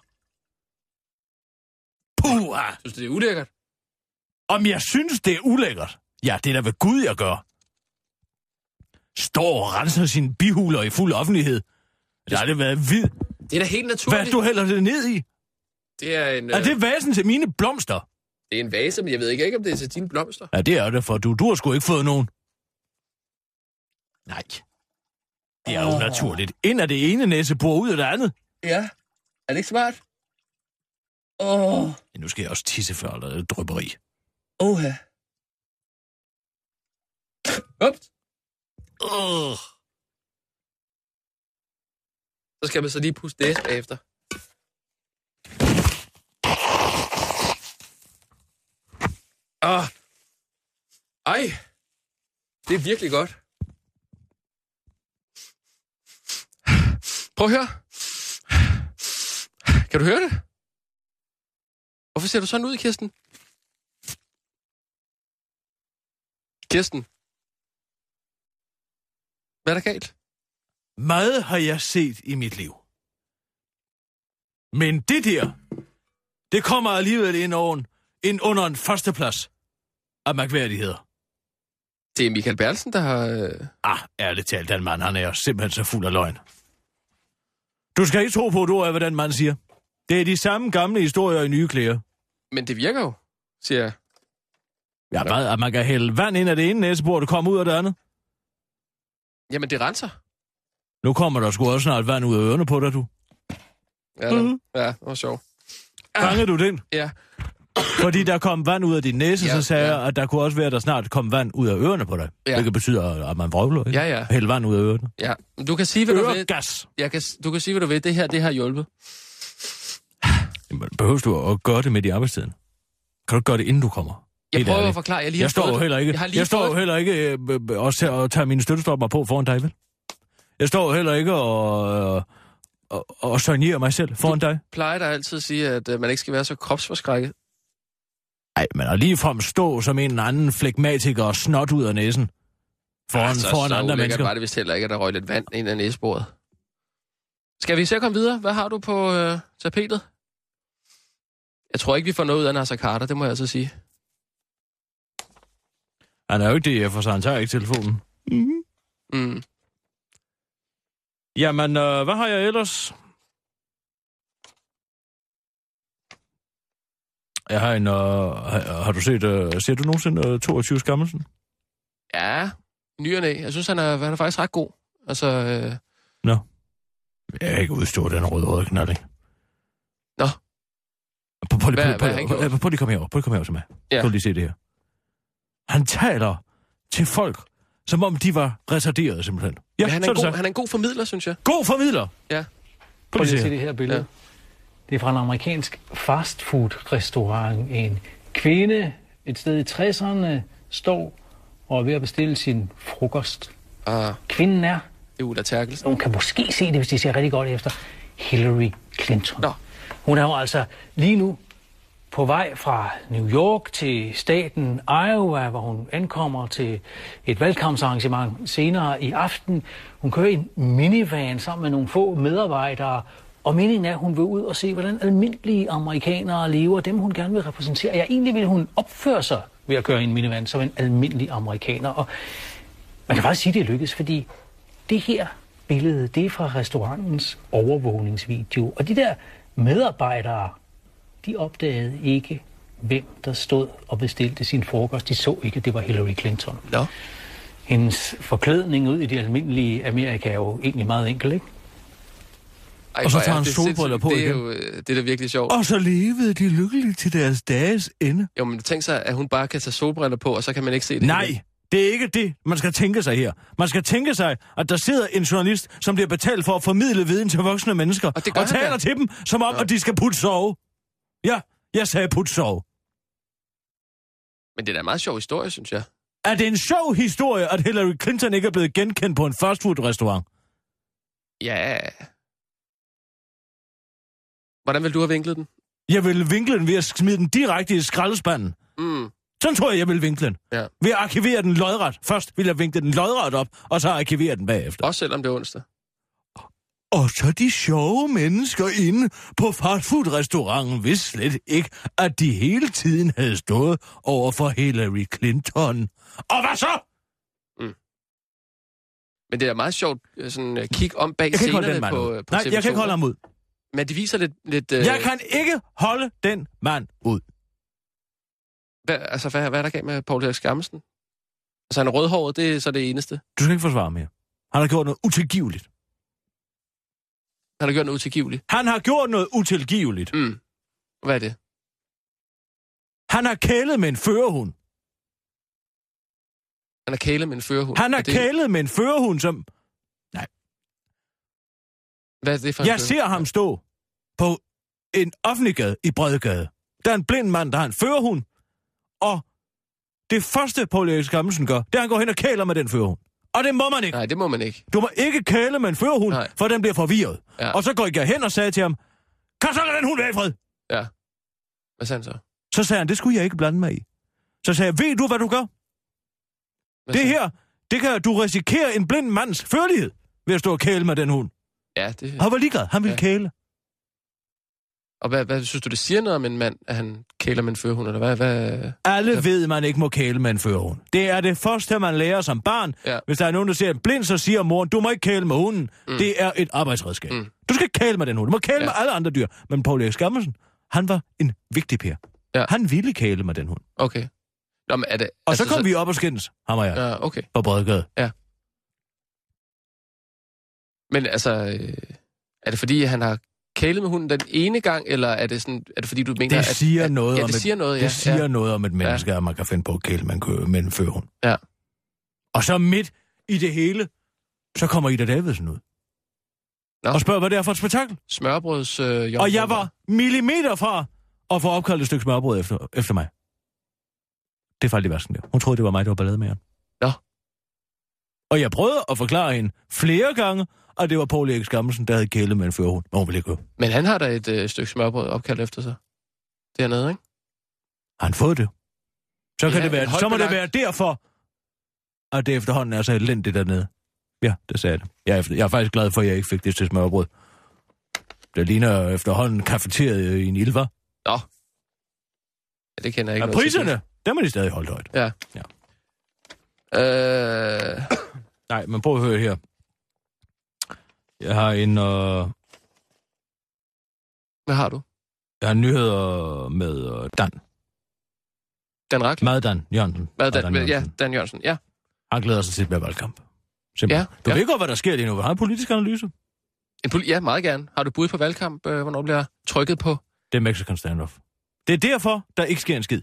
Puh, Jeg synes, det er ulækkert. om jeg synes, det er ulækkert? Ja, det er da ved Gud, jeg gør. Står og renser sine bihuler i fuld offentlighed. Der har det været vid. Det er da helt naturligt. Hvad du hælder det ned i? Det er en, øh, Er det vasen til mine blomster? det er en vase, men jeg ved ikke, ikke, om det er til dine blomster. Ja, det er det, for du, du har sgu ikke fået nogen. Nej. Det er unaturligt. Ind af det ene næsebor, ud af det andet. Ja. Er det ikke smart? Åh, oh, Men nu skal jeg også tisse før, eller det drypper i. oha. Ups. Åh. Så skal man så lige puste næse bagefter. Ah. Ej. Det er virkelig godt. Prøv at høre. Kan du høre det? Hvorfor ser du sådan ud, Kirsten? Kirsten? Hvad er der galt? Meget har jeg set i mit liv. Men det der, det kommer alligevel ind, over, en- ind under en førsteplads af mærkværdigheder. Det er Michael Berlsen, der har... øh, Ah, ærligt talt, den mand, han er simpelthen så fuld af løgn. Du skal ikke tro på et ord af, hvad den mand siger. Det er de samme gamle historier i nye klæder. Men det virker jo, siger jeg. Jeg ved, at man kan hælde vand ind af det ene næsebord, og komme ud af det andet. Jamen, det renser. Nu kommer der sgu også snart vand ud af ørerne på dig, du. Ja, Mhm. mm-hmm. ja det var sjovt. Fangede du den? Ja. Fordi der kom vand ud af din næse, Ja, så sagde ja. jeg, at der kunne også være, at der snart kom vand ud af ørerne på dig. Ja. Ja. Hvilket betyder, at man vrøvler, ikke? Ja, ja. Hælde vand ud af ørerne. ja. Men Du kan sige, hvad du vil. Øregas! Jeg kan, du kan sige, hvad du vil. Det her, det har hjulpet. Jamen, Behøver du at gøre det midt i arbejdstiden? Kan du ikke gøre det, inden du kommer? Jeg Helt prøver ærligt. at forklare. Jeg, lige har Jeg står fået jo det. heller ikke, Jeg har jeg, lige jeg står jo fået- heller ikke øh, øh, øh, også til at tage mine støttestopper på foran dig, vel? Jeg står jo heller ikke og, øh, og, og sonjerer mig selv foran dig. plejer der altid at sige, at øh, man ikke skal være så kropsforskrækket. Nej, men at ligefrem stå som en eller anden flegmatiker og snot ud af næsen foran, Ah, Altså, så, foran så andre ulækkert mennesker. var det vist heller ikke, at der røg lidt vand ind ad næsbordet. Skal vi så komme videre? Hvad har du på øh, tapetet? Jeg tror ikke, vi får noget ud af Nasser Carter, det må jeg altså sige. Han er jo ikke det, for så han tager ikke telefonen. Mm. Jamen, øh, hvad har jeg ellers? Jeg har en... Øh, har, har du set... Øh, ser du nogensinde øh, 22 Skammelsen? Ja, ny og næ. Jeg synes, han er, han er faktisk ret god. Altså, øh, Jeg kan ikke udstå den rødhårede knalding. Nå. Prøv- Prøv lige- Hvad- prøv- hvad har han prøv- øh, gjort? prøv- prøv lige at komme herover. Prøv lige at komme herover til mig. Ja. Ja. Prøv lige at se det her. Han taler til folk, som om de var retarderede simpelthen. Ja, men han, er så er en det god, sagt. han er en god formidler, synes jeg. God formidler! Ja. Prøv Prøv lige lige at se at se her. det her billede. Det er fra en amerikansk fastfood-restaurant. En kvinde et sted i 60'erne står og er ved at bestille sin frokost. Ah, Kvinden er, det er Ulla Terkelsen. nogen kan måske se det, hvis de ser rigtig godt efter, Hillary Clinton. Nå. Hun er jo altså lige nu på vej fra New York til staten Iowa, hvor hun ankommer til et valgkampsarrangement senere i aften. Hun kører i en minivan sammen med nogle få medarbejdere, og meningen er, at hun vil ud og se, hvordan almindelige amerikanere lever, dem hun gerne vil repræsentere. Ja, egentlig vil hun opføre sig ved at køre i en minivan som en almindelig amerikaner. Og man kan faktisk sige, at det er lykkedes, fordi det her billede, det er fra restaurantens overvågningsvideo. Og de der medarbejdere, de opdagede ikke, hvem der stod og bestilte sin frokost. De så ikke, at det var Hillary Clinton. Nå. Hendes forklædning ud i det almindelige Amerika er jo egentlig meget enkel, ikke? Ej, Og så hvor er tager han det solbriller sindssygt. på Det er igen. jo øh, det er da virkelig sjovt. Og så levede de lykkeligt til deres dages ende. Jo, men tænk sig, at hun bare kan tage solbriller på, og så kan man ikke se det. Nej, det er ikke det, man skal tænke sig her. Man skal tænke sig, at der sidder en journalist, som bliver betalt for at formidle viden til voksne mennesker, Og det gør og han taler da. til dem, som om, at de skal putte sove. Ja, jeg sagde putte sove. Men det er da en meget sjov historie, synes jeg. Er det en sjov historie, at Hillary Clinton ikke er blevet genkendt på en fastfood-restaurant? Ja. Hvordan vil du have vinklet den? Jeg ville vinkle den ved at smide den direkte i skraldespanden. Mm. Sådan tror jeg, jeg ville vinkle den. Ja. Ved at arkivere den lodret. Først ville jeg vinkle den lodret op, og så arkivere den bagefter. Også selvom det er onsdag. Og så de sjove mennesker inde på fastfood-restauranten vidste slet ikke, at de hele tiden havde stået over for Hillary Clinton. Og hvad så? Men det er meget sjovt øh, sådan, øh, kig om bag Jeg kan ikke holde scenerne den mand på, ud. øh, på Nej, TV2. jeg kan ikke holde ham ud. Men det viser lidt... lidt øh, Jeg kan ikke holde den mand ud. hvad, altså, hvad, hvad er der galt med Paul Erik Skammelsen? Altså, han er rødhåret, det er så det eneste. Du skal ikke forsvare mere. Han har gjort noget utilgiveligt. Han har gjort noget utilgiveligt. Han har gjort noget utilgiveligt. Mm. Hvad er det? Han har kælet med en førerhund. Han har kælet med en førerhund. Han har Er det, kælet med en førerhund, som... Hvad er det for en Jeg ser ham stå på en offentlig gade i Bredegade. Der er en blind mand, der har en førerhund. Og det første, Paul Erik Skammelsen gør, det er, at han går hen og kæler med den førerhund. Og det må man ikke. Nej, det må man ikke. Du må ikke kæle med en førerhund, Nej. for den bliver forvirret. Ja. Og så går jeg hen og sagde til ham, kan så lade den hund være i fred? Hvad sagde han så? Så sagde han, det skulle jeg ikke blande mig i. Så sagde jeg, ved du, hvad du gør? Hvad Det sagde- her, det kan du risikere en blind mands førlighed ved at stå og kæle med den hund. Ja, det... Han var ligeglad, han ville Ja. ja. kæle. Og hvad, hvad synes du, det siger noget om en mand, at han kæler med en førerhund, eller hvad? hvad... Alle ja. ved, man ikke må kæle med en førerhund. Det er det første, man lærer som barn. Ja. Hvis der er nogen, der ser en blind, så siger moren, du må ikke kæle med hunden. Mm. Det er et arbejdsredskab. Mm. Mm. Du skal ikke kæle med den hund. Du må kæle Ja. ja. med alle andre dyr. Men Paul Erik Skammelsen, han var en vigtig pær. Ja. Han ville kæle med den hund. Okay. Nå, men er det... Og altså, så kom så... vi op og skændes, ham og jeg, ja. Ja, okay. på Bredegade. Men altså, øh, er det fordi, han har kælet med hunden den ene gang, eller er det, sådan, er det fordi, du mener... Det siger at, noget at, ja, om det et- siger noget, ja. Det ja, siger ja. ja. noget om et menneske, ja. at man kan finde på at kæle med en, kø- med en førerhund. Ja. Og så midt i det hele, så kommer Ida Davidsen ud. Nå. Og spørger, hvad det er for et spektakel. Smørbrøds... Øh, Og jeg var millimeter fra at få opkaldt et stykke smørbrød efter, efter mig. Det faldt i vasken der. Hun troede, det var mig, der var ballade med Nå. Og jeg prøvede at forklare hende flere gange, at det var Paul Erik Skammelsen, der havde kælet med en førerhund. Men hun ville ikke høre. Men han har da et øh, stykke smørbrød opkaldt efter sig. Dernede, ikke? Har han fået det? Så, kan Ja, det være, et højt så må det være belagt- derfor, at det efterhånden er så elendigt dernede. Ja, det sagde jeg det. Jeg er, efter, jeg er faktisk glad for, at jeg ikke fik det til smørbrød. Det ligner efterhånden kafeteriet i en ilva. Ja, det kender jeg ikke. Ja, noget til. priserne, dem er de stadig holdt højt. Øh, Nej, men prøv at høre her. Jeg har en, øh, hvad har du? jeg har nyheder med øh, Dan. Dan Rackler? Maddan Jørgensen. Hvad, Dan, Maddan Dan ja, Jørgensen. Dan Jørgensen. Ja, Han glæder sig til at være valgkamp. Simpelthen. Ja, Ja, du ja. ved godt, hvad der sker lige nu. Han har en politisk analyse. en poli- ja, meget gerne. Har du bud på valgkamp? Øh, hvornår bliver trykket på Det er Mexican standoff. Det er derfor, der ikke sker en skid.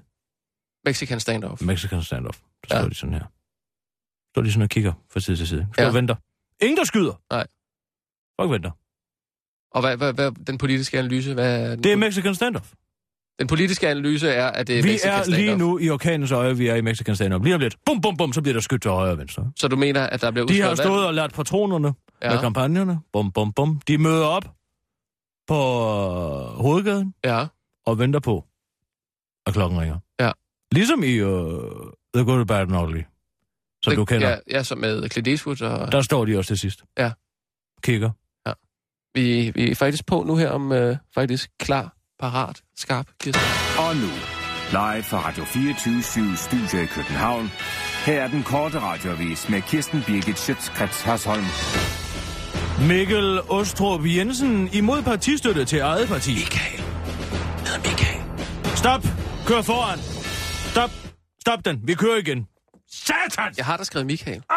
Mexican standoff? Mexican standoff. Der Ja. står de sådan her. Står de sådan og kigger fra side til side. Står Ja. ja. og venter. Ingen, der skyder. Nej. Folk venter. Og hvad, hvad, hvad den politiske analyse? Hvad er den, Det er Mexican standoff. den politiske analyse er, at det er Vi Mexican er standoff. lige nu i orkanens øje. Vi er i Mexican standoff. Lige om lidt. Bum, bum, bum. Så bliver der skudt til højre og venstre. Så du mener, at der bliver De udskrevet har stået og lært patronerne Ja. ja. med kampagnerne. Bum, bum, bum. De møder op på øh, hovedgaden Ja, og venter på, at klokken ringer. Ja. Ligesom i uh, The Good, Bad and Ugly, som Det- det, du kender. Ja, ja som med Clint Eastwood. Og Der står de også til sidst. Ja. Kigger. vi, vi er faktisk på nu her om øh, faktisk klar, parat, skarp, Kirsten. Og nu, live fra Radio 24 Studio i København. Her er den korte radiovis med Kirsten Birgit Schøtzgrads Hasholm. Mikkel Ostrup Jensen imod partistøtte til eget parti. Michael. Hedder Michael. Stop! Kør foran! Stop! Stop den! Vi kører igen. Satan! Jeg har da skrevet Michael. Au!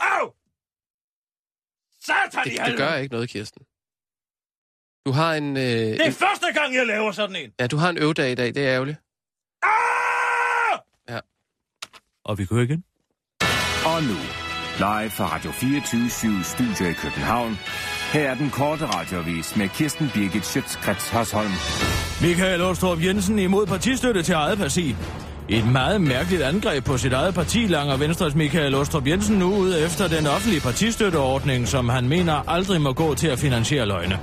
Au! Satan Det, i det helvede! gør ikke noget, Kirsten. Du har en, øh, Det en, er første gang, jeg laver sådan en. ja, du har en øvdag i dag, det er ærgerligt. Ah! Ja. Og vi kører igen. Og nu, live fra Radio 24 Studio i København. Her er den korte radiovis med Kirsten Birgit Schøtzgrads Hasholm. Michael Åstrup Jensen imod partistøtte til eget parti. Et meget mærkeligt angreb på sit eget parti langer Venstres Michael Ostrup Jensen nu ud efter den offentlige partistøtteordning, som han mener aldrig må gå til at finansiere løgne.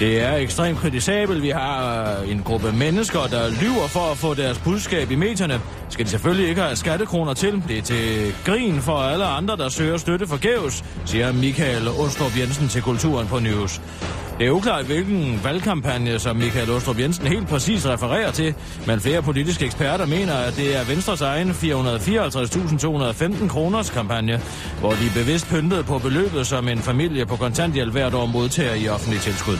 Det er ekstremt kritisabelt. Vi har øh, en gruppe mennesker, der lyver for at få deres budskab i medierne. Skal de selvfølgelig ikke have skattekroner til. Det er til grin for alle andre, der søger støtte forgæves, siger Michael Ostrup Jensen til Kulturen på News. Det er uklart, hvilken valgkampagne, som Michael Ostrup Jensen helt præcis refererer til, men flere politiske eksperter mener, at det er Venstres egen 454.215 kroners kampagne, hvor de bevidst pyntede på beløbet, som en familie på kontanthjælp hvert år modtager i offentlig tilskud.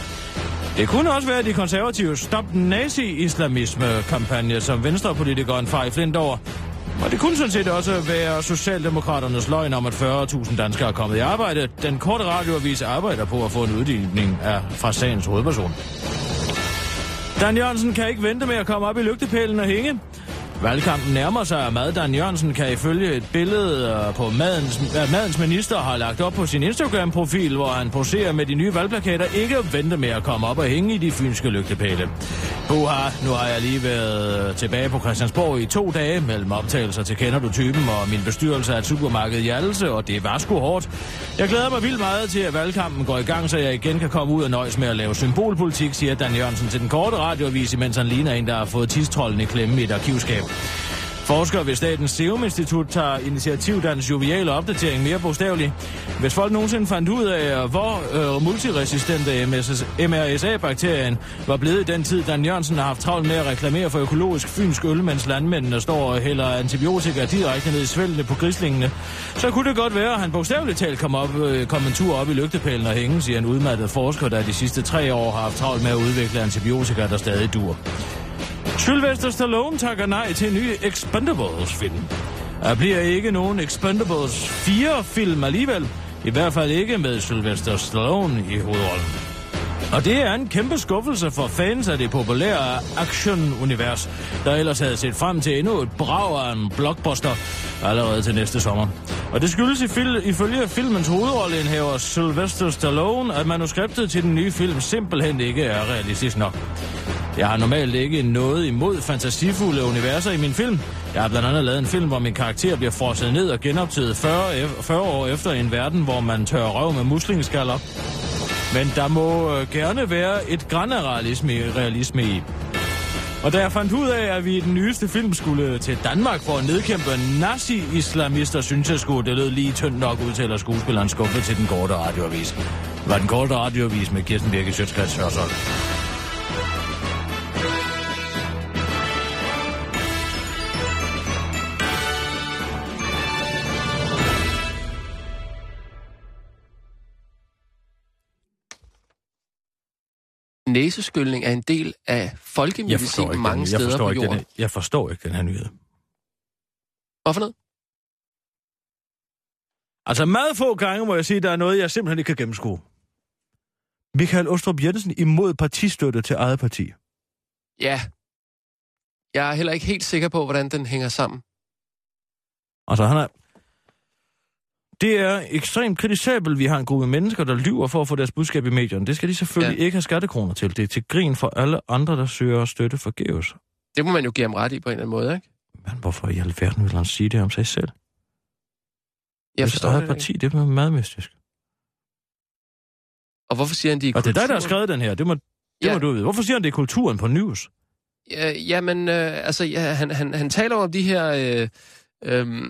Det kunne også være de konservative Stop Nazi-islamisme-kampagne, som venstrepolitikeren Frej Flint over. Og det kunne sådan set også være Socialdemokraternes løgn om, at 40.000 danskere er kommet i arbejde. Den korte radioavis arbejder på at få en uddybning af fra sagens hovedperson. Dan Jørgensen kan ikke vente med at komme op i lygtepælen og hænge. Valgkampen nærmer sig, og Mad Dan Jørgensen kan ifølge et billede øh, på madens, øh, madens minister har lagt op på sin Instagram-profil, hvor han poserer med de nye valgplakater, ikke vente med at komme op og hænge i de fynske lygtepæle. Buha, nu har jeg lige været øh, tilbage på Christiansborg i to dage mellem optagelser til Kender du typen og min bestyrelse af et supermarked i Hjallelse, og det var sgu hårdt. Jeg glæder mig vildt meget til, at valgkampen går i gang, så jeg igen kan komme ud og nøjes med at lave symbolpolitik, siger Dan Jørgensen til den korte radioavis, mens han ligner en, der har fået tistrollen i klemme i et arkivskab. Forskere ved Statens Serum Institut tager initiativdannens joviale opdatering mere bogstaveligt. Hvis folk nogensinde fandt ud af, hvor øh, multiresistente MSS MRSA-bakterien var blevet i den tid, Dan Jørgensen har haft travlt med at reklamere for økologisk fynsk øl, mens landmændene står og hælder antibiotika direkte ned i svælgene på grislingene, så kunne det godt være, at han bogstaveligt talt kom, op, øh, kom en tur op i lygtepælen og hænge, siger en udmattet forsker, der de sidste tre år har haft travlt med at udvikle antibiotika, der stadig dur. Sylvester Stallone takker nej til en ny Expendables-film. Der bliver ikke nogen Expendables 4-film alligevel. I hvert fald ikke med Sylvester Stallone i hovedrollen. Og det er en kæmpe skuffelse for fans af det populære action-univers, der ellers havde set frem til endnu et brag af en blockbuster allerede til næste sommer. Og det skyldes ifil- ifølge filmens hovedrolleindhaver Sylvester Stallone, at manuskriptet til den nye film simpelthen ikke er realistisk nok. Jeg har normalt ikke noget imod fantasifulde universer i min film. Jeg har blandt andet lavet en film, hvor min karakter bliver frosset ned og genoptaget 40, ef- 40 år efter i en verden, hvor man tør røv med muslingeskaller. Men der må øh, gerne være et gran af realisme, realisme i. Og da jeg fandt ud af, at vi i den nyeste film skulle til Danmark for at nedkæmpe nazi-islamister, synes jeg skulle, det lød lige tyndt nok, udtaler skuespilleren skuffet til den korte radioavis. Det var den korte radioavis med Kirsten Birke Sjøtskrets Hørsholm. Næseskyldning er en del af folkemedicin mange jeg steder forstår på ikke den, jorden. her- jeg forstår ikke den her nyhed. Hvorfor noget? Altså meget få gange må jeg sige, der er noget, jeg simpelthen ikke kan gennemskue. Michael Ostrup Jensen imod partistøtte til eget parti. Ja. Jeg er heller ikke helt sikker på, hvordan den hænger sammen. Altså han er... Det er ekstremt kritisabelt, vi har en gruppe mennesker, der lyver for at få deres budskab i medierne. Det skal de selvfølgelig ja. Ja. ikke have skattekroner til. Det er til grin for alle andre, der søger støtte forgæves. Det må man jo give ham ret i på en eller anden måde, ikke? Men hvorfor i alverden vil han sige det om sig selv? Jeg Hvis forstår eget det ikke. parti, det er meget mystisk. Og hvorfor siger han, de er Og det er dig, der har kulturen? skrevet den her. Det må, det ja. Ja. må du vide. Hvorfor siger han, det er kulturen på news? Øh, jamen, øh, altså, ja, han, han, han taler om de her øh, øh,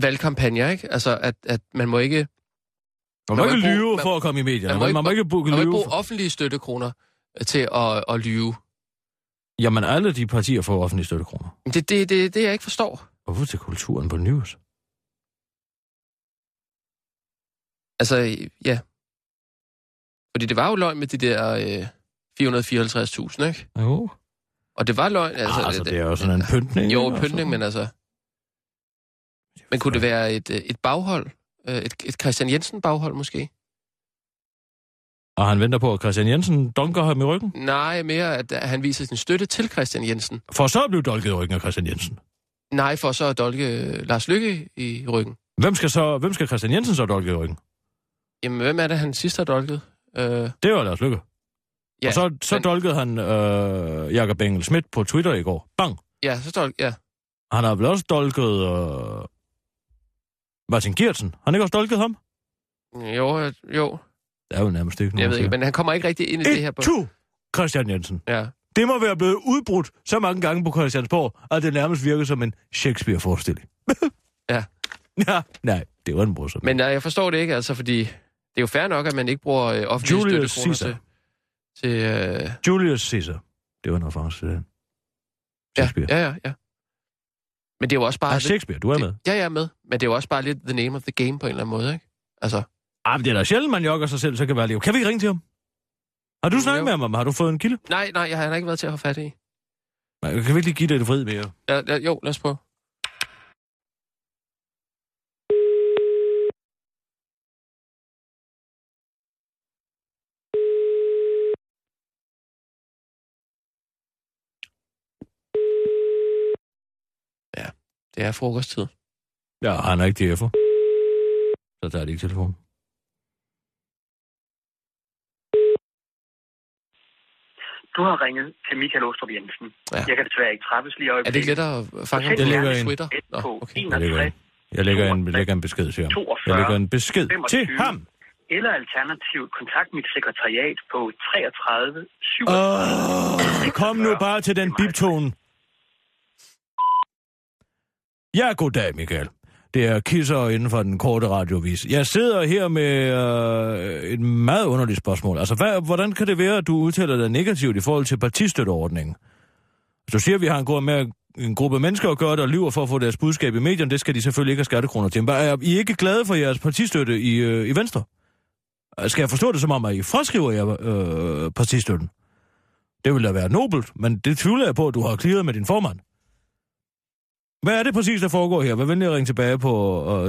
valgkampagner, ikke? Altså, at, at man må ikke, Man må Man må ikke ikke lyve bruge- for at komme i medierne. Man, man, man må ikke bruge man må lyve. ikke Bruge bruge offentlige støttekroner øh, til at, at lyve. for... Jamen, alle de partier får offentlige støttekroner. Men Det er det, det, det, jeg ikke forstår. Hvorfor til kulturen på news? Altså, øh, ja. Fordi det var jo løgn med de der øh, 454.000, ikke? Jo. Og det var løgn. Altså, Altså, altså det, er jo sådan en pyntning. Jo, ikke? pyntning, men altså... Men kunne det være et, øh, et baghold? Øh, Et, et Christian Jensen-baghold måske? Og han venter på, at Christian Jensen dunker ham i ryggen. Nej, mere at han viser sin støtte til Christian Jensen. For så at blive dolket i ryggen af Christian Jensen. Nej, for så at dolke øh, Lars Lykke i ryggen. Hvem skal, så, hvem skal Christian Jensen så dolke i ryggen? Jamen, hvem er det, han sidst har dolket? Øh, Det var Lars Lykke. ja, og så, så men- dolkede han øh, Jakob Engel Schmidt på Twitter i går. Bang! ja, så dolke, ja. Han har vel også dolket... Øh... Martin Geertsen. Har han ikke også dolket ham? Jo, jeg- jo. Der er jo nærmest ikke nogen. Jeg ved ikke, til. men han kommer ikke rigtig ind i det her. På, Et Christian Jensen. ja. Det må være blevet udbrudt så mange gange på Christiansborg, at det nærmest virker som en Shakespeare-forestilling. Ja. Ja, nej, det var en brorsom. Men nej, jeg forstår det ikke, altså, fordi det er jo fair nok, at man ikke bruger øh, offentlige Julius støttekroner Caesar. til... til øh, Julius Caesar. Det var en reference til den. ja, øh, Shakespeare. ja, ja, ja. Men det er jo også bare... Ah, lidt- Shakespeare, du er med. det, ja, jeg er med. Men det er jo også bare lidt the name of the game på en eller anden måde, ikke? Altså, Ah, men det er da sjældent, man jokker sig selv, så kan være liv. Kan vi ikke ringe til ham? Har du snakket Jo. med ham? om- Har du fået en kilde? nej, nej, jeg har heller ikke været til at få fat i. Nej, kan vi ikke lige give det et frid mere? Ja, ja, jo, lad os prøve. Ja, det er frokosttid. Ja, han er ikke DF'er. Så tager de ikke telefonen. Du har ringet til Michael Åstrup Jensen. Ja. Ja. Jeg kan desværre ikke træffes lige i Er det øjeblikket. ikke lettere at fange ham Jeg på lægger på en. Twitter? Nå, på okay. Jeg lægger en, 61 jeg lægger en, jeg lægger en besked til ham. Jeg 42, lægger en besked til 25. ham. eller alternativt kontakt mit sekretariat på 33 7. Åh, kom nu bare til den biptone. Ja, goddag, Michael. Det er Kisser inden for den korte radiovis. Jeg sidder her med øh, et meget underligt spørgsmål. Altså, hvad, hvordan kan det være, at du udtaler dig negativt i forhold til partistøtteordningen? Altså, Du siger, at vi har en gruppe, med, en gruppe mennesker at gøre, der lyver for at få deres budskab i medierne. Det skal de selvfølgelig ikke have skattekroner til. Men er I ikke glade for jeres partistøtte i, øh, i Venstre? Skal jeg forstå det som om, at I fraskriver jer øh, partistøtten? Det ville da være nobelt, men det tvivler jeg på, at du har clearet med din formand. Hvad er det præcis, der foregår her? Hvad venlig at ringe tilbage på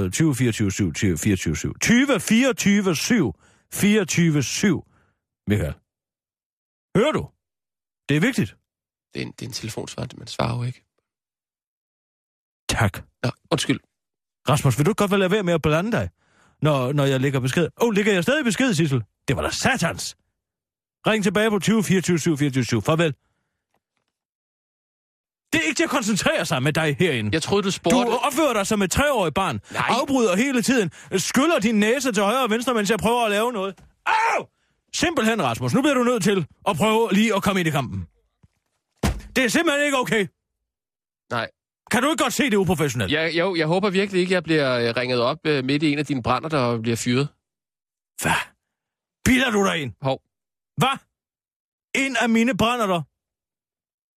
øh, 20 24 7 20 24 7 20 24 7 24 7 Michael. Hører du? Det er vigtigt. Det er en, det er en telefonsvar, man svarer jo ikke. Tak. Nå, undskyld. Rasmus, vil du ikke godt være lade være med at blande dig, når, når jeg lægger besked? Åh, oh, ligger jeg stadig besked, Sissel? Det var da satans! Ring tilbage på 20 24 7 24 7. Farvel. Det er ikke til at koncentrere sig med dig herinde. Jeg troede, du Du spurgte... opfører dig som et treårig barn. Nej. Afbryder hele tiden. Skyller din næse til højre og venstre, mens jeg prøver at lave noget. Au! Simpelthen, Rasmus. Nu bliver du nødt til at prøve lige at komme ind i kampen. Det er simpelthen ikke okay. Nej. Kan du ikke godt se det er uprofessionelt? Jeg, jo, jeg håber virkelig ikke, jeg bliver øh, ringet op øh, midt i en af dine brænder, der bliver fyret. Hvad? Bilder du dig ind? Hov. Hvad? En af mine brænder dig.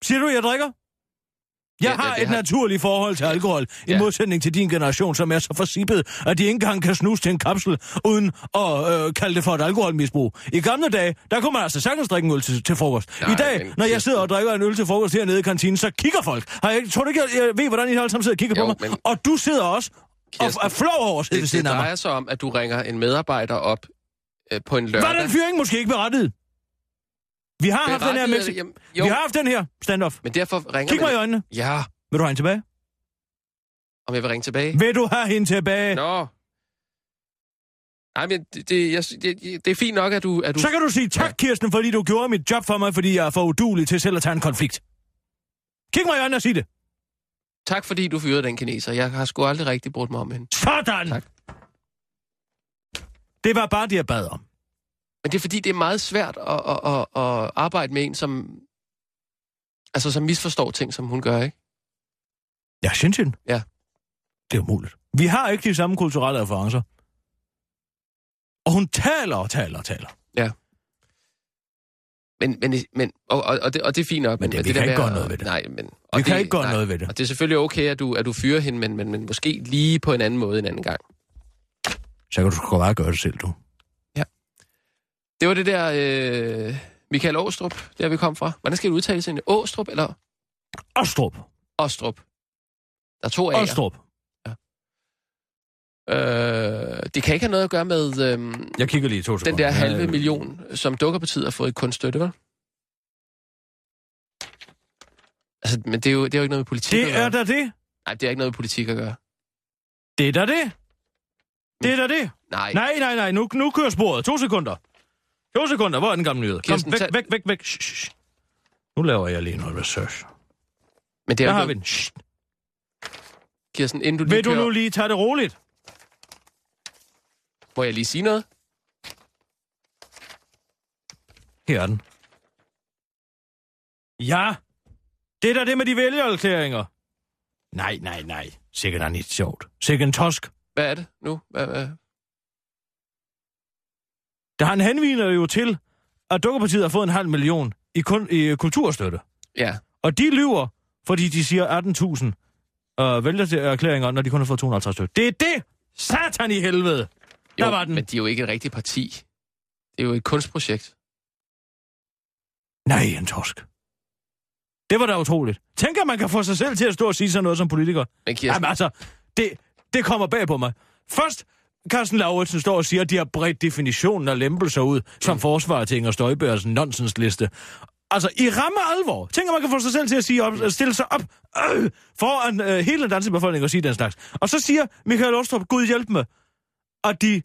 Siger du, jeg drikker? Jeg Ja, ja, har ja, et det har- naturligt forhold til alkohol, i Ja. modsætning til din generation, som er så forsippet, at de ikke engang kan snuse til en kapsel, uden at øh, kalde det for et alkoholmisbrug. I gamle dage, der kunne man altså sagtens drikke en øl til, til frokost. Nej, I dag, men- når jeg sidder og drikker en øl til frokost hernede i kantinen, så kigger folk. Har jeg, ikke- tror du ikke, jeg, jeg ved, hvordan I alle sammen sidder og kigger Jo, på mig? men- Og du sidder også og Kirsten, er flov over at sidde ved Det, det siden af mig. drejer sig om, at du ringer en medarbejder op øh, på en Var lørdag. den fyring måske ikke berettiget? Vi har haft den her, Berettiget, Mexi- jamen, jo, Vi har haft den her stand-off. men derfor ringer Kig mig i man... øjnene. Ja, Vil du have hende tilbage? om jeg vil ringe tilbage. Vil du have hende tilbage? Nå. Nej, men det, det, jeg, det, det er fint nok, at du... At du... Så kan du sige tak, Kirsten, fordi du gjorde mit job for mig, fordi jeg er for udulig til selv at tage en konflikt. Kig mig i øjnene og sig det. Tak, fordi du fyrede den kineser. Jeg har sgu aldrig rigtig brugt mig om hende. Sådan! Tak. Det var bare det, jeg bad om. Men det er fordi, det er meget svært at, at, at, at arbejde med en, som, altså, som misforstår ting, som hun gør, ikke? Ja, Shinshin. Ja. Det er umuligt. Vi har ikke de samme kulturelle referencer. Og hun taler og taler og taler. Men, men, men og, og, og, det, og det er fint nok. Men det- vi der kan ikke med gøre at- noget ved det. Nej, men... Vi kan ikke gøre noget ved det. Og det er selvfølgelig okay, at du, at du fyrer hende, men, men, men måske lige på en anden måde en anden gang. Så kan du sgu bare gøre det selv, du. Det var det der øh, Michael Åstrup, der vi kom fra. Hvordan skal det udtales egentlig? Åstrup eller Ostrup. Åstrup? Der er to A'er. Ostrup. Øh, det kan ikke have noget at gøre med øh, Jeg kigger lige i to den der halve million, som Dukkerpartiet har fået i kunststøtte, vel? Altså, men det er jo, det er jo ikke noget med politik at Det gøre. er da det. Nej, det er ikke noget med politik at gøre. Det er da det. Det er da det. Nej. Nej, nej, nej. Nu, nu kører sporet. To sekunder. To sekunder. Hvor er den gamle nyhed? Kom, Kirsten, væk, tag- væk, væk, væk. Shh, shh. Nu laver jeg lige noget research. Men det er Der jo har ikke vi noget, den. Shh. Kirsten, inden du lige Vil du kører, nu lige tage det roligt? må jeg lige sige noget? Her er den. Ja, det er da det med de vælgererklæringer. Nej, nej, nej. Sikkert er det ikke sjovt. Sikkert en tosk. Hvad er det nu? Hvad, hvad? Der han henviner jo til, at Dukkerpartiet har fået en halv million i, kun, i øh, kulturstøtte. Ja, Og de lyver, fordi de siger 18.000 øh, vælgererklæringer, når de kun har fået 250 støtte. Det er det! Satan i helvede! jo, Der var den. men de er jo ikke et rigtigt parti. Det er jo et kunstprojekt. Nej, en torsk. Det var da utroligt. Tænk, at man kan få sig selv til at stå og sige sådan noget som politiker. Men Kirsten, Jamen altså, det, det kommer bag på mig. Først, Carsten Lauritsen står og siger, at de har bredt definitionen af lempelser ud, som Mm. forsvar til Inger Støjbergs nonsensliste. Altså, i ramme alvor. Tænk, at man kan få sig selv til at sige op, stille sig op øh, foran øh, hele den danske befolkning og sige den slags. Og så siger Michael Åstrup, Gud hjælp mig, at de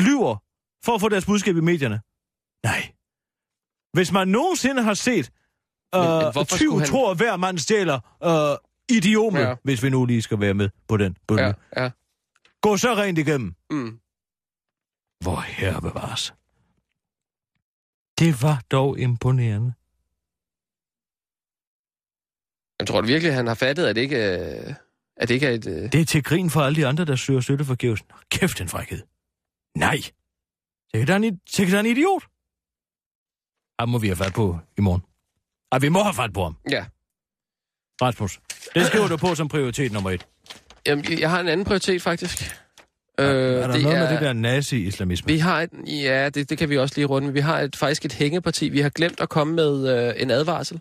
lyver for at få deres budskab i medierne. Nej. Hvis man nogensinde har set øh, Men- men hvorfor 20 skulle han... han- tror hver mand stjæler øh, idiomet, ja. Ja. hvis vi nu lige skal være med på den bølge. Ja. ja, ja. Gå så rent igennem. Mm. Hvor herre bevares. Det var dog imponerende. Jeg tror du virkelig, han har fattet, at det ikke, øh, at det ikke er et... øh, Det er til grin for alle de andre, der søger støtte forgæves. Nå, Kæft, en frækhed. Nej. Sikkert er han, i- sikkert er han en idiot. Ham må vi have fat på i morgen. Ej, vi må have fat på ham. Ja. Rasmus, det skriver du på som prioritet nummer et. Jamen, jeg- jeg har en anden prioritet, faktisk. Øh, er der det noget er, med det der nazi-islamisme? Vi har et, ja, det, det kan vi også lige runde. men Vi har et, faktisk et hængeparti. Vi har glemt at komme med øh, en advarsel.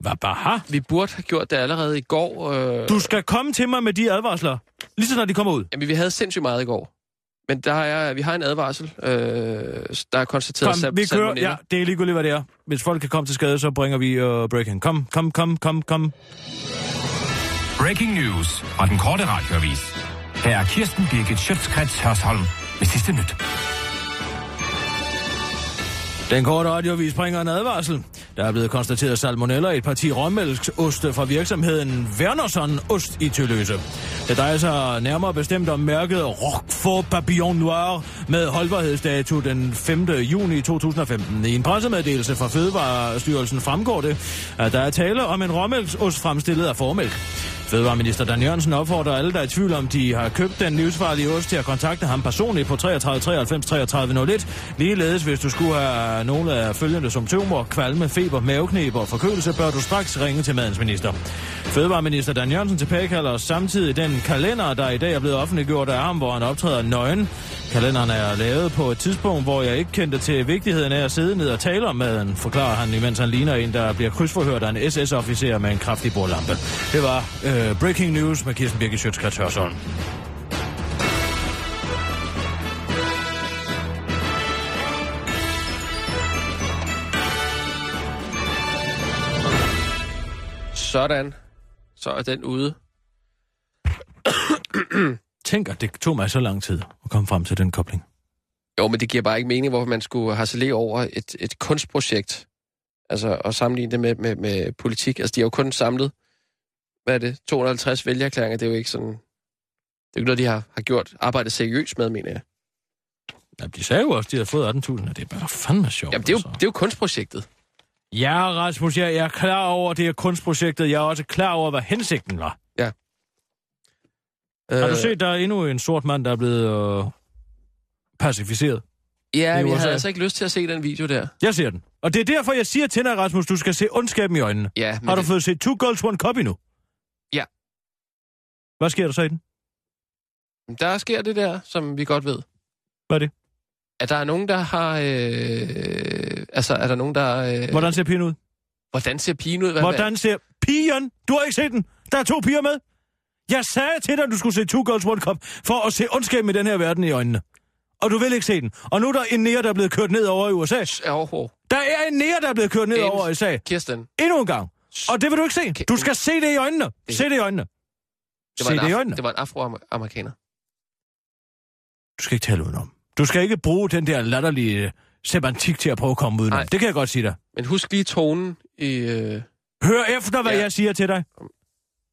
Hvad bare har? Vi burde have gjort det allerede i går. Øh, Du skal komme til mig med de advarsler, lige så når de kommer ud. Jamen, vi havde sindssygt meget i går. Men der er, vi har en advarsel. Øh, der er konstateret Kom, sal- vi kører. salmonella. Ja, det er ligegyldigt, hvad det er. Hvis folk kan komme til skade, så bringer vi uh, breaking. Kom, kom, kom, kom, kom. Breaking news fra den korte radioavis. Her er Kirsten Birgit Schøtzgrads Hørsholm med sidste nyt. Den korte radiovis bringer en advarsel. Der er blevet konstateret salmonella i et parti råmælksoste fra virksomheden Wernersson Ost i Tølløse. Det drejer sig nærmere bestemt om mærket Roquefort Papillon Noir med holdbarhedsdato den 5. juni 2015. I en pressemeddelelse fra Fødevarestyrelsen fremgår det, at der er tale om en råmælksost fremstillet af formælk. Fødevareminister Dan Jørgensen opfordrer alle, der er i tvivl om, de har købt den livsfarlige ost, til at kontakte ham personligt på 33 93 33 01. Ligeledes, hvis du skulle have nogle af følgende symptomer, kvalme, feber, maveknep og forkølelse, bør du straks ringe til madens minister. Fødevareminister Dan Jørgensen tilbagekalder samtidig den kalender, der i dag er blevet offentliggjort af ham, hvor han optræder nøgen. Kalenderen er lavet på et tidspunkt, hvor jeg ikke kendte til vigtigheden af at sidde ned og tale om maden, forklarer han, imens han ligner en, der bliver krydsforhørt af en SS-officer med en kraftig bordlampe. Det var øh, Breaking News med Kirsten Birgit Sjøtskrets Hørsholm. Sådan. Så er den ude. Tænk, at det tog mig så lang tid at komme frem til den kobling. Jo, men det giver bare ikke mening, hvorfor man skulle harcelere over et, et kunstprojekt. Altså, og sammenligne det med, med, med politik. Altså, de har jo kun samlet, hvad er det, 250 vælgerklæringer. Det er jo ikke sådan... Det er jo ikke noget, de har, har gjort arbejdet seriøst med, mener jeg. Ja, de sagde jo også, at de havde fået 18.000, og det er bare fandme sjovt. Jamen, det er jo, altså. det er jo kunstprojektet. Ja, Rasmus, jeg, jeg er klar over, det er kunstprojektet. Jeg er også klar over, hvad hensigten var. Øh... Har du set, der er endnu en sort mand, der er blevet øh, pacificeret? Ja, men jeg USA? havde altså ikke lyst til at se den video der. Jeg ser den. Og det er derfor, jeg siger til dig, Rasmus, du skal se ondskaben i øjnene. Ja, men Har du det, fået set Two Girls, One Cup endnu? Ja. Hvad sker der så i den? der sker det der, som vi godt ved. Hvad er det? At der er nogen, der har... Øh, altså, er der nogen, der... Øh, Hvordan ser pigen ud? hvordan ser pigen ud? Hvad, Hvordan ser pigen? Du har ikke set den. Der er to piger med. Jeg sagde til dig, at du skulle se Two Girls, One Cup, for at se ondskaben i den her verden i øjnene. Og du vil ikke se den. Og nu er der en nære, der er blevet kørt ned over i USA. Hvad, oh, oh, Der er en nære, der er blevet kørt ned En- over i USA. Kirsten, Endnu en gang. Og det vil du ikke se. Du skal se det i øjnene. Se det i øjnene. det Se var, det i en, øjnene. af, det var en afroamerikaner. Du skal ikke tale udenom. Du skal ikke bruge den der latterlige øh, semantik til at prøve at komme udenom. Nej. Det kan jeg godt sige dig. Men husk lige tonen i... Øh, Hør efter, hvad ja. Ja. jeg siger til dig.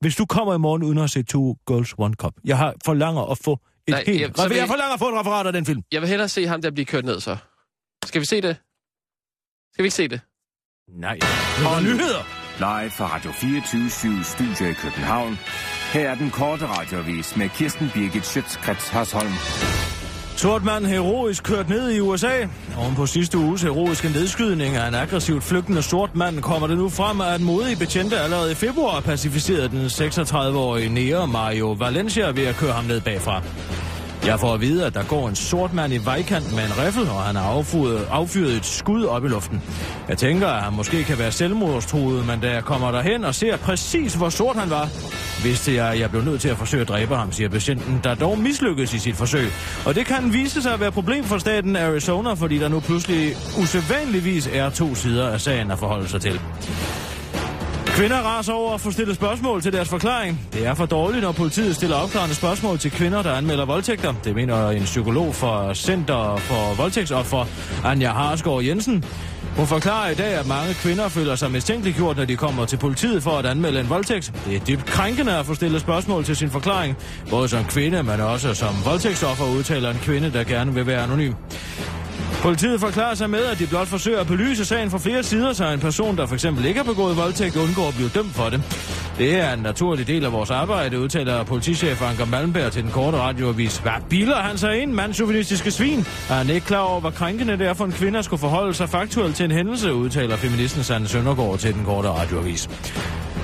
hvis du kommer i morgen uden at have set Two Girls One Cup. Jeg har forlanger at få et Nej, Nej, helt... ja, så Jeg, vil- jeg forlanger at få et referat af den film. Jeg vil hellere se ham der blive kørt ned, så. Skal vi se det? Skal vi ikke se det? Nej. Og nyheder! Live fra Radio 24 Studio i København. Her er den korte radiovis med Kirsten Birgit Schøtzgrads Hasholm. Sortmanden heroisk kørt ned i USA. Oven på sidste uges heroiske nedskydning af en aggressivt flygtende sort mand, kommer det nu frem, at modige betjente allerede i februar pacificerede den 36-årige nære Mario Valencia ved at køre ham ned bagfra. Jeg får at vide, at der går en sort mand i vejkanten med en riffel, og han har affyret, affyret et skud op i luften. Jeg tænker, at han måske kan være selvmordstruet, men da jeg kommer derhen og ser præcis, hvor sort han var, vidste jeg, at jeg blev nødt til at forsøge at dræbe ham, siger patienten, der dog mislykkedes i sit forsøg. Og det kan vise sig at være et problem for staten Arizona, fordi der nu pludselig usædvanligvis er to sider af sagen at forholde sig til. Kvinder raser over at få stillet spørgsmål til deres forklaring. Det er for dårligt, når politiet stiller opklarende spørgsmål til kvinder, der anmelder voldtægter. Det mener en psykolog fra Center for Voldtægtsoffer, Anja Harsgaard Jensen. Hun forklarer i dag, at mange kvinder føler sig mistænkeliggjort, når de kommer til politiet for at anmelde en voldtægt. Det er dybt krænkende at få stillet spørgsmål til sin forklaring. Både som kvinde, men også som voldtægtsoffer, udtaler en kvinde, der gerne vil være anonym. Politiet forklarer sig med, at de blot forsøger at belyse sagen fra flere sider, så en person, der for eksempel ikke har begået voldtægt, undgår at blive dømt for det. Det er en naturlig del af vores arbejde, udtaler politichef Anker Malmberg til den korte radioavis. Hvad biler han sig ind, mandsjuvenistiske svin? Er han ikke klar over, hvor krænkende det er for en kvinde at skulle forholde sig faktuelt til en hændelse, udtaler feministen Sande Søndergaard til den korte radioavis.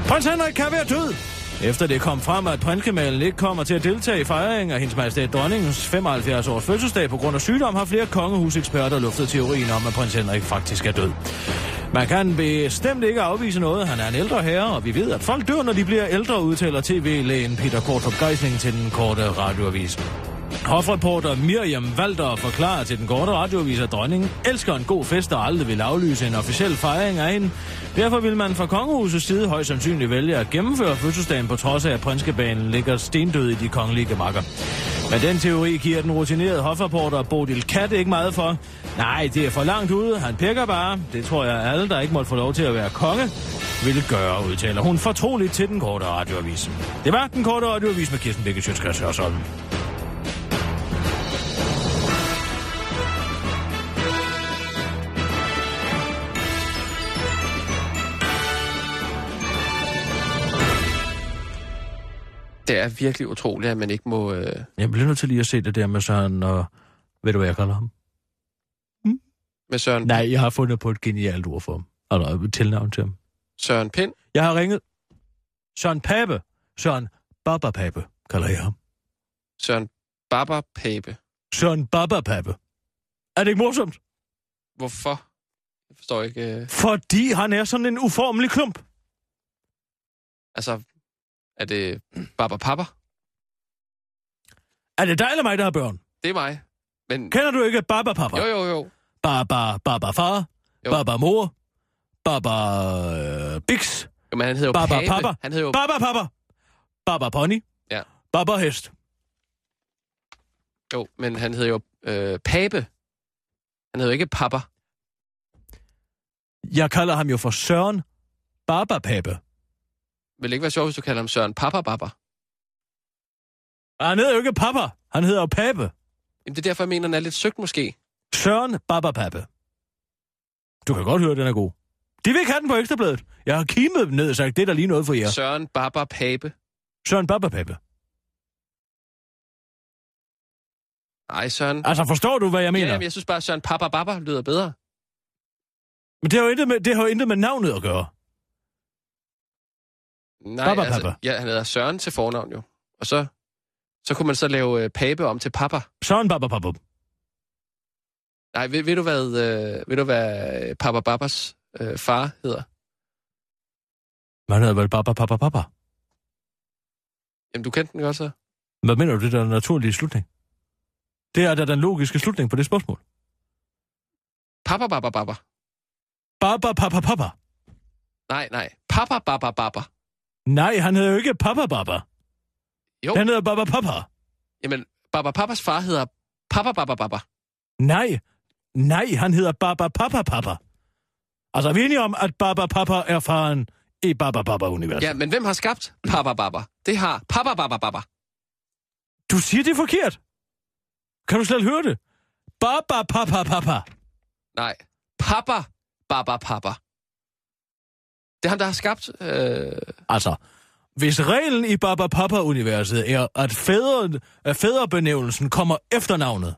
Prins Henrik kan være død! Efter det kom frem, at prinsgemalen ikke kommer til at deltage i fejringen af hendes majestæt dronningens 75 års fødselsdag på grund af sygdom, har flere kongehuseksperter luftet teorien om, at prins Henrik faktisk er død. Man kan bestemt ikke afvise noget. Han er en ældre herre, og vi ved, at folk dør, når de bliver ældre, udtaler tv-lægen Peter Kortrup Geisling til den korte radioavis. Hofreporter Miriam Walter forklarer til den korte radioavis, at dronningen elsker en god fest og aldrig vil aflyse en officiel fejring af hende. Derfor vil man fra kongehusets side højst sandsynligt vælge at gennemføre fødselsdagen på trods af, at prinskebanen ligger stendød i de kongelige gemakker. Men den teori giver den rutinerede hofreporter Bodil Kat ikke meget for. Nej, det er for langt ude. Han pækker bare. Det tror jeg alle, der ikke måtte få lov til at være konge, vil gøre, udtaler hun fortroligt til den korte radioavis. Det var den korte radioavis med Kirsten Birgit Sjøtskrets Hørsholm. Det er virkelig utroligt, at man ikke må... Øh... Jeg bliver nødt til lige at se det der med Søren og... Ved du, hvad jeg kalder ham? Med Søren, Nej. Nej, jeg har fundet på et genialt ord for ham. Eller et tilnavn til ham. Søren Pind. Jeg har ringet Søren Pape. Søren Baba Pape, kalder jeg ham. Søren Baba Pape. Søren Baba Pape. Er det ikke morsomt? Hvorfor? Jeg forstår ikke... Øh... Fordi han er sådan en uformelig klump. Altså, er det Baba Papa? Er det dig eller mig, der har børn? Det er mig. Men... Kender du ikke Baba Papa? Jo, jo, jo. Baba, Baba Far, Jo. Baba Mor, Baba øh, Bix, jo men han hedder jo Baba Pape. Papa. Han hedder jo... Baba Papa, Baba Pony, Ja. Baba Hest. jo, men han hedder jo øh, Pape. Han hedder jo ikke Papa. Jeg kalder ham jo for Søren Baba Pape. Vil det ikke være sjovt, hvis du kalder ham Søren Papa Baba? Og Ah, Han hedder jo ikke Papa, han hedder jo Pape. Jamen, det er derfor, jeg mener, den er lidt søgt måske. Søren Baba Pape. Du kan godt høre, den er god. De vil ikke have den på ekstrabladet. Jeg har kimet dem ned og sagt, det er der lige noget for jer. Ja. Søren Baba Pape. Søren Baba Pape. Nej, Søren... Altså, forstår du, hvad jeg Ja, mener? jamen, jeg synes bare, Søren Papa Baba lyder bedre. Men det har, jo intet med, det har jo intet med navnet at gøre. Nej, Baba altså, Papa. Ja, han hedder Søren til fornavn jo. Og så, så kunne man så lave øh, Pape om til Papa. Søren Baba Pape. Nej, ved, ved, du, hvad, øh, ved du, hvad øh, Papa Babas øh, far hedder? Men Han hedder vel Baba Papa Papa. Jamen, du kendte den godt så. Hvad mener du, det der er den naturlige slutning? Det er da den logiske slutning på det spørgsmål. Papa Baba Baba. Baba Papa Papa. Nej, nej. Papa Baba Baba. Nej, han hedder jo ikke Papa Baba. Jo. Han hedder Baba Papa. Jamen, Baba Papas far hedder Papa Baba Baba. Nej, nej, han hedder Baba Papa Papa. Altså, er vi enige om, at Baba Papa er faren i Baba Baba Universet. Ja, men hvem har skabt Papa Baba? Det har Papa Baba Baba. Du siger det forkert. Kan du slet høre det? Baba Papa Papa. Nej. Papa Baba Papa. Det er ham, der har skabt... Øh... Altså, hvis reglen i Baba Papa-universet er, at, fædre, at fædrebenævnelsen kommer efter navnet,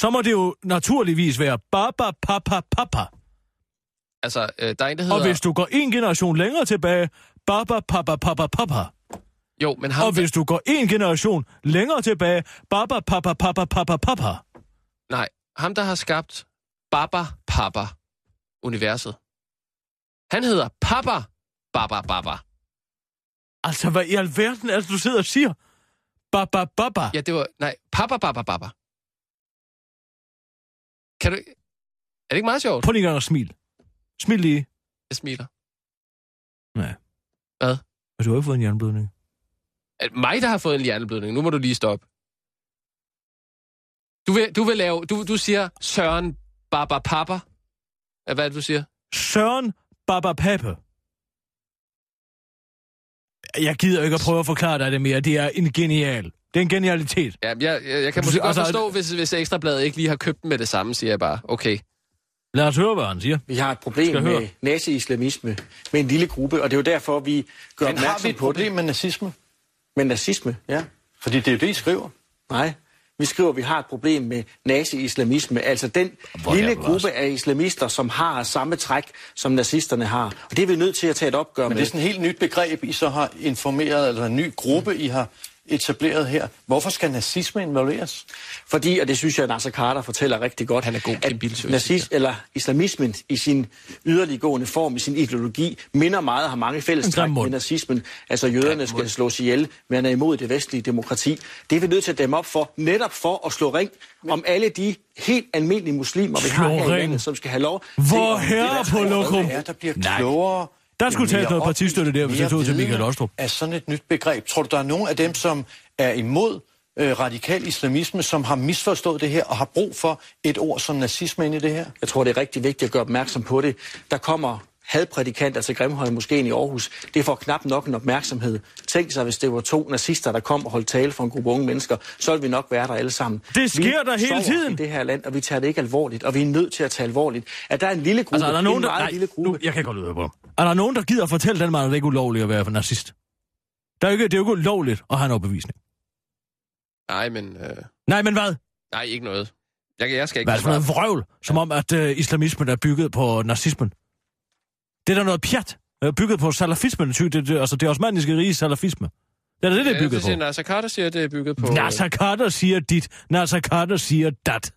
så må det jo naturligvis være Baba Papa Papa. Altså, øh, der er en, der Og hedder... hvis du går en generation længere tilbage, Baba Papa Papa Papa. Jo, men ham... Og hvis du går en generation længere tilbage, Baba Papa Papa Papa Papa. Nej, ham, der har skabt Baba Papa Universet. Han hedder Papa Baba Baba. Altså, hvad i alverden er det, du sidder og siger? Baba Baba. Ja, det var... Nej, Papa Baba Baba. Kan du... Er det ikke meget sjovt? Prøv lige en gang at smil. Smil lige. Jeg smiler. Nej. Hvad? Og du har jo fået en jernblødning. Er det mig, der har fået en hjerneblødning? Nu må du lige stoppe. Du vil, du vil lave... Du, du siger Søren Baba Papa. Hvad er det, du siger? Søren Baba Pape. Jeg gider ikke at prøve at forklare dig det mere. Det er en genial. Det er en genialitet. Ja, jeg, jeg, jeg kan Du måske siger- godt altså- forstå, hvis, hvis Ekstrabladet ikke lige har købt den med det samme, siger jeg bare. Okay. Lad os høre, hvad han siger. Vi har et Skal problem jeg med høre? nazi-islamisme, med en lille gruppe, og det er jo derfor, vi gør Men opmærksom på det. med nazisme? Men nazisme, ja. Fordi det er det, I skriver. Nej. Vi skriver, at vi har et problem med nazi-islamisme, altså den Hvor er lille det også? gruppe af islamister, som har samme træk, som nazisterne har. Og det er vi nødt til at tage et opgør Men med. det er sådan et helt nyt begreb, I så har informeret, eller en ny gruppe, I har etableret her. Hvorfor skal nazisme involveres? Fordi, og det synes jeg, at Nasser Carter fortæller rigtig godt, Han er god til en at bilsøg, nazis, synes eller islamismen i sin yderliggående form, i sin ideologi, minder meget og har mange fælles En grim træk med mund. nazismen. Altså, jøderne skal slås ihjel, men er imod det vestlige demokrati. Det er vi nødt til at dæmme op for, netop for at slå ring om alle de helt almindelige muslimer, vi har Slå her i ring. landet, som skal have lov. Hvor til- herre på lokum. Hvad er, der bliver Nej. klogere? Der skulle Jo mere tages noget oplyst, partistøtte der, hvis mere det stod til vidende Michael Aastrup. Er sådan et nyt begreb. Tror du, der er nogen af dem, som er imod øh, radikal islamisme, som har misforstået det her og har brug for et ord som nazisme ind i det her? Jeg tror, det er rigtig vigtigt at gøre opmærksom på det. Der kommer hadprædikanter til Grimhøj Moskeen i Aarhus. Det får knap nok en opmærksomhed. Tænk sig, hvis det var to nazister, der kom og holdt tale for en gruppe unge mennesker, så ville vi nok være der alle sammen. Det sker vi der hele sover tiden. i det her land, og vi tager det ikke alvorligt, og vi er nødt til at tage alvorligt. At der er en lille gruppe, Altså, er der nogen, en der... meget Nej, lille gruppe, nu, jeg kan godt lyde på dem. Er der nogen, der gider at fortælle den mand, at det ikke er ulovligt at være for nazist? Der er jo ikke, det er jo ikke ulovligt at have en overbevisning. Nej, men... Øh, Nej, men hvad? nej, ikke noget. Jeg, jeg skal ikke... Hvad er det for noget vrøvl? Som om, at øh, islamismen er bygget på nazismen. Det er da noget pjat. Øh, bygget på salafismen, ty. Det, det, altså, det osmaniske rige salafisme. Det er da det, det er bygget på. på? Nasser Carter siger, at det er bygget på... Nasser Carter siger dit, Nasser Carter siger dat.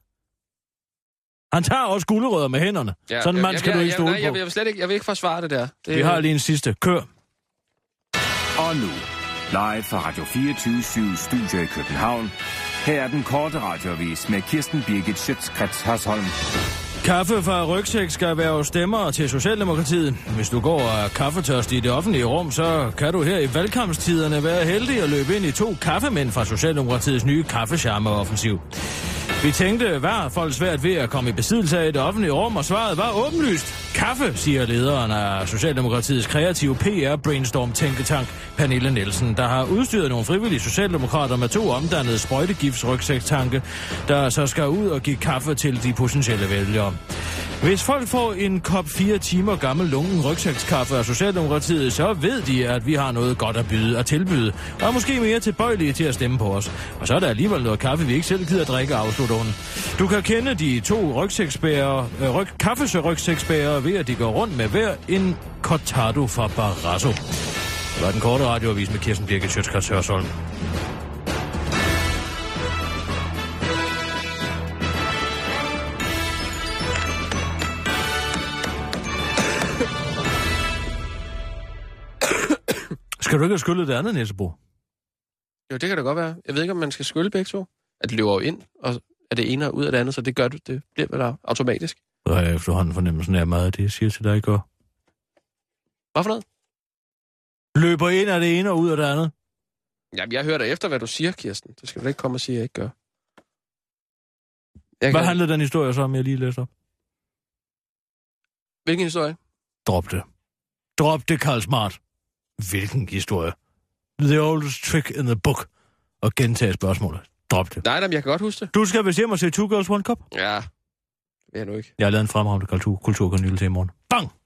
Han tager også gulerødder med hænderne. Ja, Sådan en mand skal jeg, du ikke jeg, stole nej, jeg, på. vil- jeg, vil slet ikke, jeg vil ikke forsvare det der. Det, Vi har lige en sidste. Kør. Og nu, live fra Radio 24 Studio i København. Her er den korte radiovis med Kirsten Birgit Schøtzgrads Hasholm. Kaffe fra rygsæk skal være stemmer til Socialdemokratiet. Hvis du går og er kaffetørst i det offentlige rum, så kan du her i valgkampstiderne være heldig at løbe ind i to kaffemænd fra Socialdemokratiets nye kaffecharmeoffensiv. Vi tænkte, hvad har folk svært ved at komme i besiddelse af i det offentlige rum, og svaret var åbenlyst. Kaffe, siger lederen af Socialdemokratiets kreative PR-brainstorm-tænketank, Pernille Nielsen, der har udstyret nogle frivillige socialdemokrater med to omdannede sprøjtegiftsrygsæktanke, der så skal ud og give kaffe til de potentielle vælgere. Hvis folk får en kop fire timer gammel lungen rygsækskaffe af Socialdemokratiet, så ved de, at vi har noget godt at byde og tilbyde, og er måske mere tilbøjelige til at stemme på os. Og så er der alligevel noget kaffe, vi ikke selv gider at drikke, afslutter hun. Du kan kende de to rygsæksbærer, øh, ryg, kaffesørygsæksbærer ved, at de går rundt med hver en cortado fra Barrasso. Det var den korte radioavis med Kirsten Birgit Sjøtskrets Hørsholm. Skal du ikke have skyllet det andet, Nissebo? Jo, det kan da godt være. Jeg ved ikke, om man skal skylle begge to. At det løber jo ind, og er det ene og ud af det andet, så det gør du. Det bliver vel automatisk. Og jeg har efterhånden fornemmelsen af at meget af det, jeg siger til dig i går. Hvad for noget? Løber ind af det ene og ud af det andet. Jamen, jeg hører dig efter, hvad du siger, Kirsten. Det skal du ikke komme og sige, at jeg ikke gør. Jeg Hvad kan... handlede den historie så om, jeg lige læste op? Hvilken historie? Drop det. Drop det, Karl Smart. Hvilken historie? The oldest trick in the book. Og gentage spørgsmålet. Drop det. Nej, nej, men jeg kan godt huske det. Du skal vist hjem og se Two Girls One Cup. Ja, det vil jeg nu ikke. Jeg har lavet en fremragende kultur, kulturkanyl til i morgen. Bang!